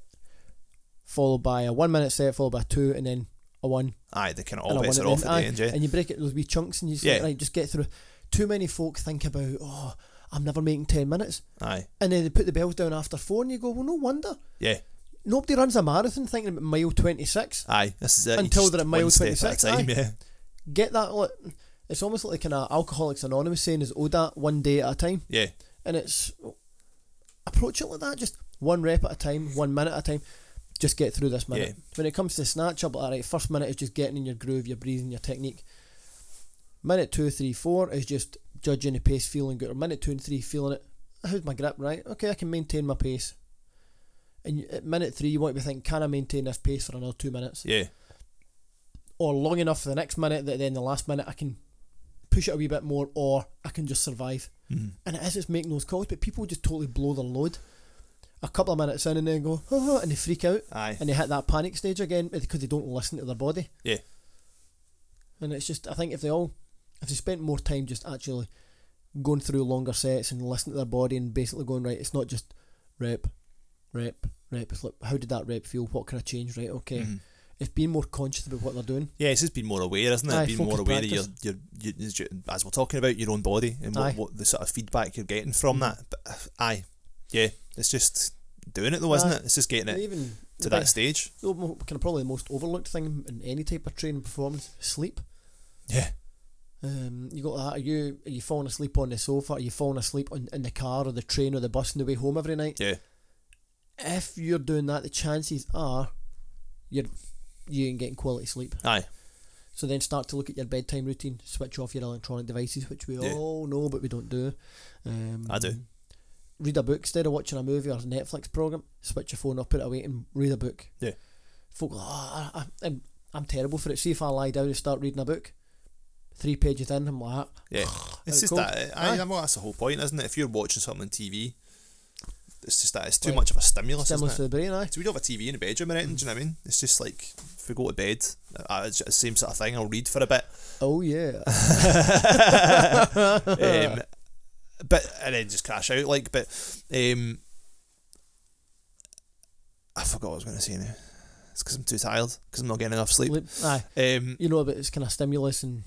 S2: followed by a one minute set followed by a two, and then a one.
S1: Aye, they kind of
S2: and
S1: all
S2: a
S1: bets
S2: one
S1: are off
S2: then-
S1: at
S2: aye,
S1: the end, yeah.
S2: And you break it those wee chunks, and you just like,
S1: Yeah.
S2: right, just get through. Too many folk think about, oh, I'm never making ten minutes,
S1: Aye,
S2: and then they put the bells down after four, and you go, well, no wonder
S1: yeah,
S2: nobody runs a marathon thinking about mile twenty six.
S1: aye. This is it. You
S2: Until
S1: just
S2: they're at mile
S1: one step at a
S2: 26,
S1: time,
S2: aye.
S1: yeah.
S2: Get that? Like, it's almost like an uh, Alcoholics Anonymous saying is ODA one day at a time.
S1: Yeah,
S2: and it's approach it like that just one rep at a time one minute at a time just get through this minute
S1: Yeah.
S2: when it comes to snatch up alright first minute is just getting in your groove your breathing your technique minute two three four is just judging the pace feeling good or minute two and three feeling it how's my grip right okay I can maintain my pace and you- at minute three you want to be thinking can I maintain this pace for another two minutes
S1: yeah,
S2: or long enough for the next minute that then the last minute I can push it a wee bit more or I can just survive.
S1: Mhm.
S2: And it is, it's making those calls, but people just totally blow their load. A couple of minutes in and then go, oh, and they freak out
S1: aye.
S2: and they hit that panic stage again because they don't listen to their body.
S1: Yeah.
S2: And it's just, I think if they all, if they spent more time just actually going through longer sets and listening to their body and basically going, right, it's not just rep, rep, rep. It's like, how did that rep feel? What can I change? Right, okay.
S1: Mhm.
S2: It's being more conscious about what they're doing.
S1: Yeah, it's just being more aware, isn't it?
S2: Aye,
S1: being more
S2: focused
S1: aware
S2: practice.
S1: of your, your, your, your, as we're talking about, your own body and
S2: Aye. Mm.
S1: what, what the sort of feedback you're getting from that. But, uh, aye, yeah, it's just doing it though, isn't
S2: Aye.
S1: it? It's just getting
S2: And
S1: it
S2: even
S1: to
S2: the
S1: that
S2: best-
S1: stage.
S2: the mo- kind of probably the most overlooked thing in any type of training performance sleep.
S1: Yeah,
S2: Um, you got that? Are you are you falling asleep on the sofa? Are you falling asleep on, in the car or the train or the bus on the way home every night?
S1: yeah,
S2: if you're doing that, the chances are you're you ain't getting quality sleep.
S1: Aye.
S2: So then start to look at your bedtime routine. Switch off your electronic devices, which we
S1: Yeah.
S2: all know, but we don't do. Um,
S1: I do.
S2: Read a book instead of watching a movie or a Netflix program. Switch your phone off, put it away, and read a book.
S1: Yeah.
S2: Folk, go, "Oh, I, I, I'm, I'm terrible for it. See if I lie down and start reading a book. Three pages in, I'm like, "Ah,
S1: Yeah. It's just
S2: cold.
S1: that. I,
S2: Aye.
S1: I, well, that's the whole point, isn't it? If you're watching something on TV, it's just that it's too
S2: Like,
S1: much of a stimulus,
S2: stimulus to
S1: isn't it?
S2: the brain, aye.
S1: So we don't have a TV in the bedroom or anything, do you know what I mean? It's just like, if we go to bed, uh, it's the same sort of thing. I'll read for a bit.
S2: Oh, yeah.
S1: um, but and then just crash out like. But um, I forgot what I was going to say now. It's because I'm too tired because I'm not getting enough sleep.
S2: Sleep, aye.
S1: Um,
S2: You know about this kind of stimulus and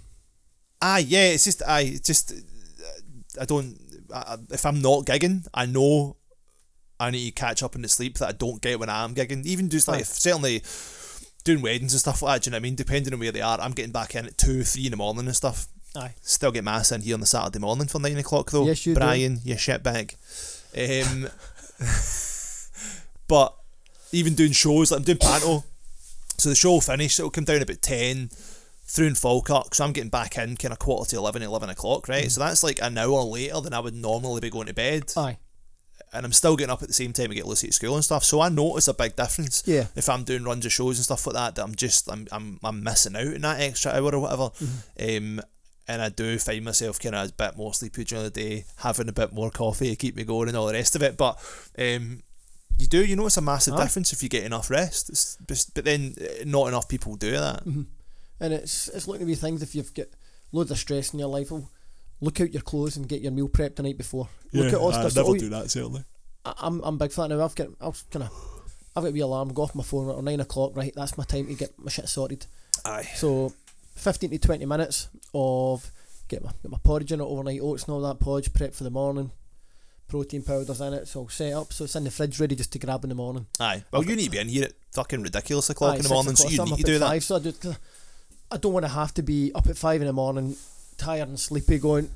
S1: ah, yeah, it's just I it's just uh, I don't. I, I- if I'm not gigging, I know I need to catch up on the sleep that I don't get when I am gigging. Even just like
S2: Aye.
S1: if, certainly. Doing weddings and stuff like that, do you know what I mean? Depending on where they are, I'm getting back in at two, three in the morning and stuff.
S2: aye.
S1: Still get mass in here on the Saturday morning for nine o'clock though.
S2: Yes, you do.
S1: Brian, you shit bag. Um, but even doing shows, like I'm doing panto. So the show will finish, it'll come down about ten through in Falkirk. So I'm getting back in kind of quarter to 11, 11 o'clock,
S2: Mm.
S1: right? So that's like an hour later than I would normally be going to bed.
S2: Aye.
S1: And I'm still getting up at the same time to get Lucy at school and stuff. So I notice a big difference.
S2: Yeah.
S1: If I'm doing runs of shows and stuff like that, that I'm just I'm I'm, I'm missing out in that extra hour or whatever.
S2: Mm-hmm.
S1: Um and I do find myself kind of a bit more sleepy during the day, having a bit more coffee to keep me going and all the rest of it. But um, you do, you notice a massive
S2: Aye.
S1: difference if you get enough rest. It's just, but then eh, not enough people do that.
S2: Mm-hmm. And it's it's looking to be things if you've got loads of stress in your life. Well, look out your clothes and get your meal prepped the night before. look at all stuff. so all you-
S1: that certainly.
S2: I- I'm I'm big for that now. I've got I've kind of I've got a wee alarm. Go off my phone right at nine o'clock. Right, that's my time to get my shit sorted.
S1: Aye,
S2: So, fifteen to twenty minutes of get my get my porridge in it overnight oats and all that porridge prep for the morning. Protein powders in it, it's all set up, so it's in the fridge ready just to grab in the morning.
S1: aye. Well, you need to be in here at fucking ridiculous o'clock
S2: Aye,
S1: in the
S2: six
S1: morning, so
S2: o'clock,
S1: you
S2: so I'm
S1: need to
S2: up
S1: do
S2: at
S1: that.
S2: five, so I, just, 'cause I don't want to have to be up at five in the morning, tired and sleepy, going,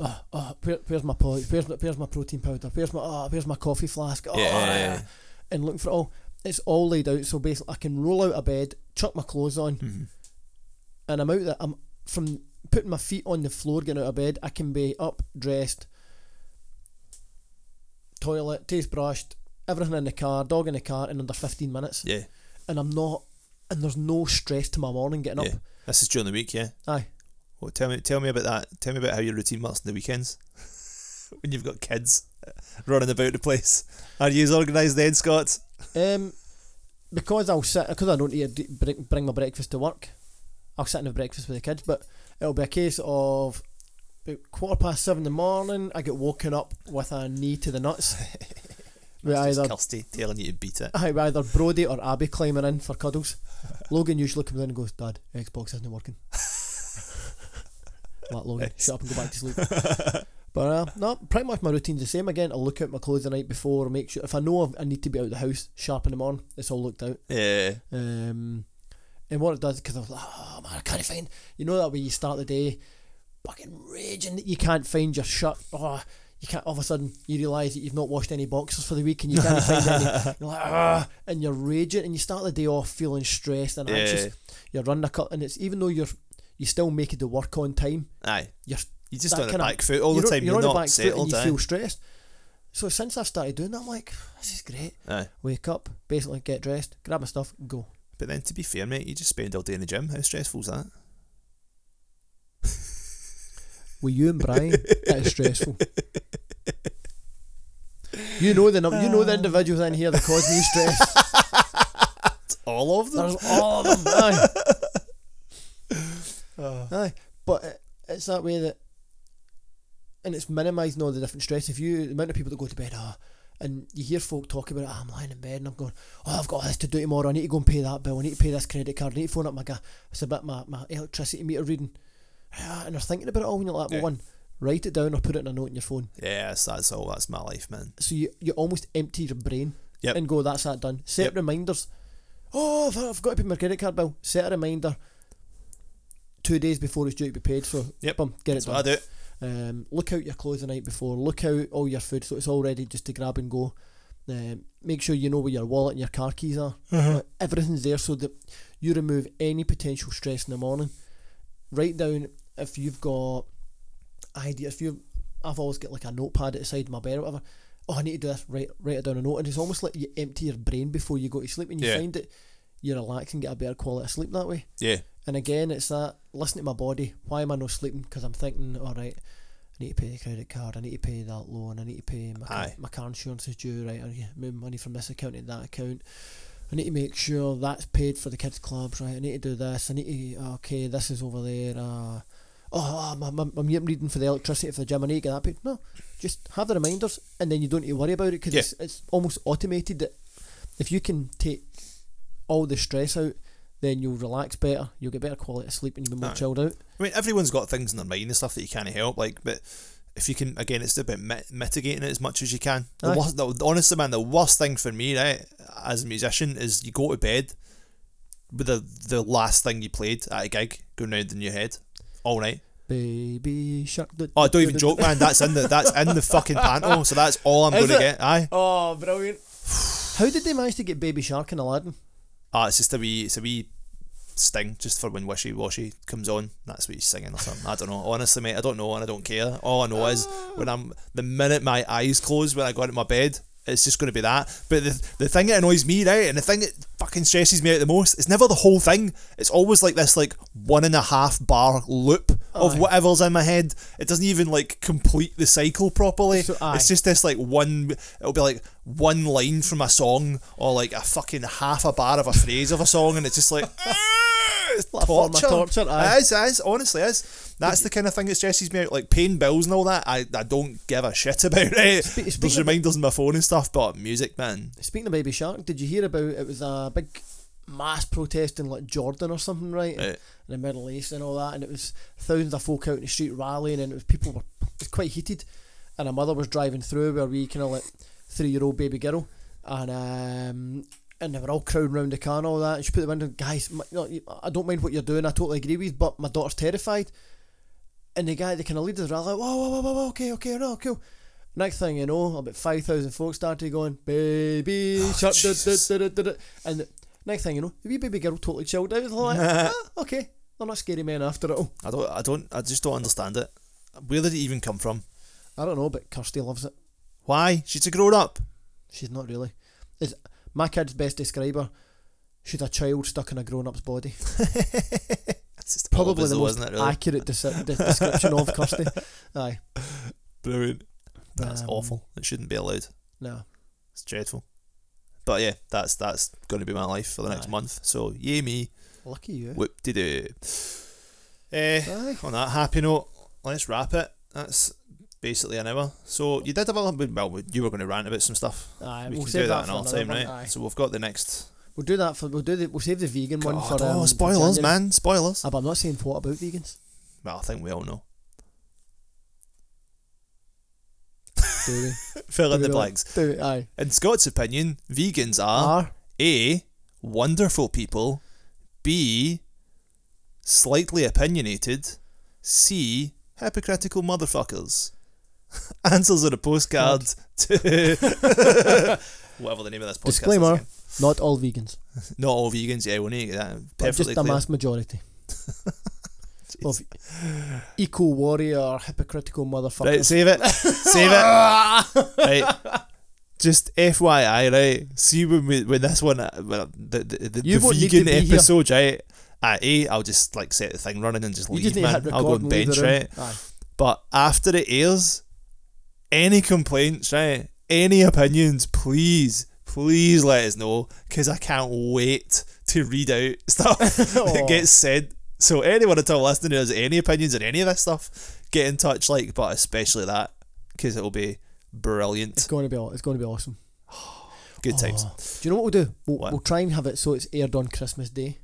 S2: oh, oh where, where's my porridge? Where's my, where's my protein powder? Where's my oh, where's my coffee flask? Oh,
S1: Yeah.
S2: and looking for it all. It's all laid out, so basically I can roll out of bed, chuck my clothes on,
S1: Mm-hmm.
S2: and I'm out there. I'm from putting my feet on the floor, getting out of bed. I can be up, dressed, toilet, teeth brushed, everything in the car, dog in the car, in under fifteen minutes
S1: Yeah,
S2: and I'm not, and there's no stress to my morning getting
S1: yeah.
S2: up.
S1: This is during the week, yeah.
S2: Aye.
S1: Well, tell me, tell me about that. Tell me about how your routine works on the weekends when you've got kids uh, running about the place. Are you as organised then, Scott?
S2: Um, because I'll sit, because I don't need to d- bring, bring my breakfast to work, I'll sit and have breakfast with the kids, but it'll be a case of about quarter past seven in the morning, I get woken up with a knee to the nuts. we
S1: It's
S2: either
S1: Kirsty telling you to beat it.
S2: Aye, we're either Brody or Abby climbing in for cuddles. Logan usually comes in and goes, Dad, Xbox isn't working. like Logan, shut up and go back to sleep. but uh, no, pretty much my routine's the same again. I'll look out my clothes the night before, make sure if I know I've- I need to be out of the house sharp in the morning, it's all looked out.
S1: Yeah,
S2: Um, and what it does, because I was like, oh man, I can't find, you know, that way you start the day fucking raging that you can't find your shirt. Oh, you can't, all of a sudden, you realise that you've not washed any boxers for the week and you can't find any. You're like, ah, and you're raging and you start the day off feeling stressed and anxious.
S1: Yeah.
S2: You're running a cut, and it's even though you're, you still make it to work on time,
S1: aye.
S2: you're
S1: You're just
S2: that
S1: on the
S2: kinda-
S1: back foot all the
S2: you're on-
S1: time. You're,
S2: on the
S1: not
S2: back foot and
S1: settled. eh?
S2: You
S1: aye.
S2: feel stressed. So since I've started doing that, I'm like, this is great.
S1: Aye.
S2: Wake up, basically get dressed, grab my stuff, and go.
S1: But then, to be fair, mate, you just spend all day in the gym. How stressful's that?
S2: with you and Brian, that is stressful. You know the num- you know the individuals in here that cause me stress.
S1: All of them.
S2: There's all of them. Aye.
S1: Ah.
S2: Aye. But it, it's that way that, and it's minimising all the different stress. If you the amount of people that go to bed, ah, and you hear folk talk about, ah, I'm lying in bed and I'm going, oh, I've got this to do tomorrow. I need to go and pay that bill. I need to pay this credit card. I need to phone up my guy. It's about my my electricity meter reading, Ah, and they're thinking about it all. And you're like, well,
S1: Yeah.
S2: one, write it down or put it in a note in your phone.
S1: Yes, that's all. That's my life, man.
S2: so you, you almost empty your brain
S1: Yep.
S2: and go that's that done set
S1: Yep.
S2: reminders oh I've, I've got to pay my credit card bill set a reminder two days before it's due to be paid so
S1: Yep.
S2: boom get
S1: That's
S2: it
S1: what I
S2: done
S1: do.
S2: um, look out your clothes the night before look out all your food so it's all ready just to grab and go Um, make sure you know where your wallet and your car keys are.
S1: Uh-huh.
S2: Everything's there so that you remove any potential stress in the morning. Write down if you've got ideas. If you, I've always got like a notepad at the side of my bed or whatever. Oh, I need to do this. Write write it down a note, and it's almost like you empty your brain before you go to sleep, and you
S1: Yeah.
S2: find that you relax and get a better quality of sleep that way.
S1: Yeah.
S2: And again, it's that listen to my body. Why am I not sleeping? Because I'm thinking, all right, I need to pay the credit card. I need to pay that loan. I need to pay my car,
S1: Aye.
S2: my car insurance is due. Right, I need to move money from this account to that account. I need to make sure that's paid for the kids' clubs. Right, I need to do this. I need to oh, okay, this is over there. Uh, oh, I'm, I'm, I'm reading for the electricity for the gym. I need to get that paid. No, just have the reminders, and then you don't need to worry about it because
S1: Yeah.
S2: it's, it's almost automated. That if you can take all the stress out, then you'll relax better, you'll get better quality of sleep, and you'll be more
S1: Aye.
S2: chilled out.
S1: I mean, everyone's got things in their mind and stuff that you can't help. Like, but if you can, again, it's about mit- mitigating it as much as you can. The
S2: Aye.
S1: worst, the, honestly, man, the worst thing for me, right, as a musician, is you go to bed with the the last thing you played at a gig going round in your head all night.
S2: Baby shark. do-
S1: Oh, don't even
S2: do-
S1: joke, man. That's in the that's in the fucking panto. So that's all I'm
S2: Is
S1: gonna
S2: it?
S1: get. Aye.
S2: Oh, brilliant. How did they manage to get Baby Shark in Aladdin?
S1: Ah, it's just a wee, it's a wee sting just for when Wishy Washy comes on. That's what he's singing or something. I don't know. Honestly, mate, I don't know and I don't care. All I know is
S2: Ah.
S1: when I'm the minute my eyes close when I go out of my bed, it's just going to be that. But the the thing that annoys me, right, and the thing that fucking stresses me out the most, it's never the whole thing. It's always like this, like one and a half bar loop of
S2: Aye.
S1: whatever's in my head. It doesn't even like complete the cycle properly.
S2: So, aye.
S1: it's just this like one. It'll be like one line from a song or like a fucking half a bar of a phrase of a song, and it's just like. "Ah, It's
S2: Like a form of torture, aye.
S1: It is, it is, honestly it is. That's the kind of thing that stresses me out. Like paying bills and all that, I, I don't give a shit about it.
S2: speaking
S1: There's
S2: of-
S1: reminders in my phone and stuff, but music, man.
S2: Speaking of Baby Shark, did you hear about it was a big mass protest in like Jordan or something, right?
S1: Right.
S2: In the Middle East and all that, and it was thousands of folk out in the street rallying, and it was people were it was quite heated, and a mother was driving through with a wee kind of like three year old baby girl, and um. And they were all crowding round the car and all that. And she put the window, guys. My, no, you- I don't mind what you're doing. I totally agree with, you, but my daughter's terrified. And the guy, the kind of leader, rally, like, whoa, whoa, whoa, whoa, whoa, okay, okay, no, cool. Next thing you know, about 5,000 folks started going, baby,
S1: Oh,
S2: shut da, da,
S1: Jesus.
S2: da, da, da, da." And the next thing you know, the wee baby girl totally chilled out. They're like, ah, okay, they're not scary men after all.
S1: I don't, I don't, I just don't understand it. Where did it even come from?
S2: I don't know, but Kirsty loves it.
S1: Why? She's a grown up.
S2: She's not really. It's, my kid's best describer, she's a child stuck in a grown up's body.
S1: That's just all
S2: Probably the
S1: bizarre,
S2: most
S1: isn't it? Really?
S2: accurate desi- de- description of Kirsty. Aye.
S1: Brilliant. That's
S2: Um,
S1: awful. It shouldn't be allowed.
S2: No.
S1: It's dreadful. But yeah, that's that's going to be my life for the next
S2: Aye.
S1: month. So yay me.
S2: Lucky you.
S1: Whoop de doo. Eh,
S2: Aye.
S1: on that happy note, let's wrap it. That's basically an hour. So you did have a little bit. Well, you were going to rant about some stuff.
S2: Aye,
S1: we
S2: we'll
S1: can
S2: save
S1: do that,
S2: that for
S1: another
S2: another
S1: time,
S2: one,
S1: right?
S2: aye.
S1: So we've got the next.
S2: We'll do that for. We'll do the. We'll save the vegan one
S1: God,
S2: for. Um,
S1: oh,
S2: for
S1: spoilers,
S2: January.
S1: man! Spoilers.
S2: Ah, but I'm not saying what about vegans.
S1: Well, I think we all know.
S2: Do we?
S1: Fill
S2: Do
S1: in
S2: we
S1: the
S2: not?
S1: blanks.
S2: Do we? Aye.
S1: In Scott's opinion, vegans are
S2: Are
S1: a wonderful people, b slightly opinionated, c hypocritical motherfuckers. Answers on a postcard to whatever the name of this podcast is
S2: Disclaimer.
S1: again.
S2: not all vegans,
S1: Not all vegans, yeah, we need to get that
S2: but just
S1: perfectly
S2: a
S1: clear.
S2: mass majority. of eco warrior, hypocritical motherfuckers.
S1: Right, save it. Save it. right. Just FYI, right? See when we, when this one, uh, well, the the, the,
S2: You
S1: the
S2: won't need to
S1: vegan
S2: be here.
S1: episode, right? At A, I'll just like set the thing running and just
S2: you
S1: leave,
S2: just need to
S1: man.
S2: hit record
S1: I'll go and
S2: and leave
S1: bench,
S2: the room.
S1: right?
S2: Aye.
S1: But after it airs, any complaints, right? Any opinions, please, please let us know because I can't wait to read out stuff that
S2: Aw.
S1: gets said. So anyone at all listening who has any opinions on any of this stuff, get in touch, like, but especially that because it'll be
S2: It's
S1: brilliant.
S2: going to be. aw- It's going to be awesome.
S1: Good times.
S2: Oh. Do you know what we'll do? We'll,
S1: What?
S2: we'll try and have it so it's aired on Christmas Day,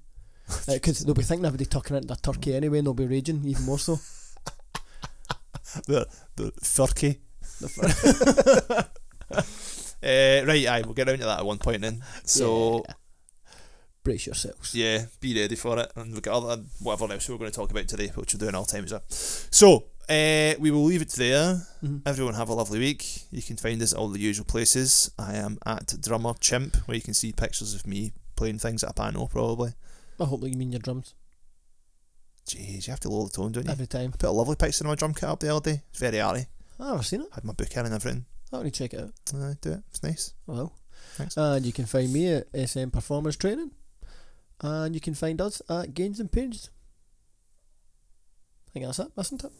S2: because they'll be thinking everybody tucking into their turkey anyway, and they'll be raging even more so.
S1: The the turkey. Uh, right, aye, we'll get down to that at one point then. So
S2: Brace yourselves.
S1: Yeah, be ready for it. And we've got other, whatever else we we're going to talk about today, which we'll do another time as well. So, eh, we will leave it there. Everyone have a lovely week. You can find us at all the usual places. I am at Drummer Chimp, where you can see pictures of me playing things at a piano, probably.
S2: I hope that you mean your drums
S1: Jeez, you have to lower the tone, don't you?
S2: every time.
S1: Put a lovely picture in my drum kit up the other day. It's very arty.
S2: Oh, I've seen it.
S1: Had my book in and everything.
S2: I want to check it out.
S1: Uh, do it. It's nice.
S2: Well,
S1: Thanks.
S2: and you can find me at SM Performance Training, and you can find us at Gains and Pains. I think that's it, isn't it?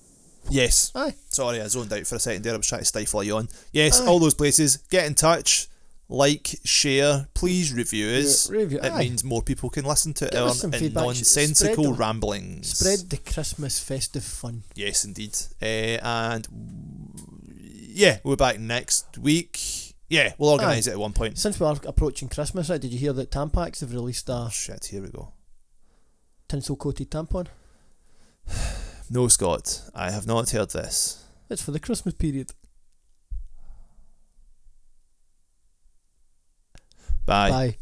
S1: Yes.
S2: Aye.
S1: Sorry, I zoned out for a second there. I was trying to stifle a yawn. Yes,
S2: Aye.
S1: all those places. Get in touch. Like, share, please review us.
S2: Yeah, review,
S1: it
S2: aye.
S1: means more people can listen to
S2: Give us
S1: it
S2: some
S1: and
S2: feedback. Sh- spread
S1: nonsensical
S2: the-
S1: ramblings.
S2: Spread the Christmas festive fun.
S1: Yes, indeed. Uh, and yeah, we're back next week. Yeah, we'll organise it at one point.
S2: Since we are approaching Christmas, right, did you hear that Tampax have released a
S1: Shit, here we go.
S2: tinsel coated tampon?
S1: No, Scott, I have not heard this.
S2: It's for the Christmas period.
S1: Bye.
S2: Bye.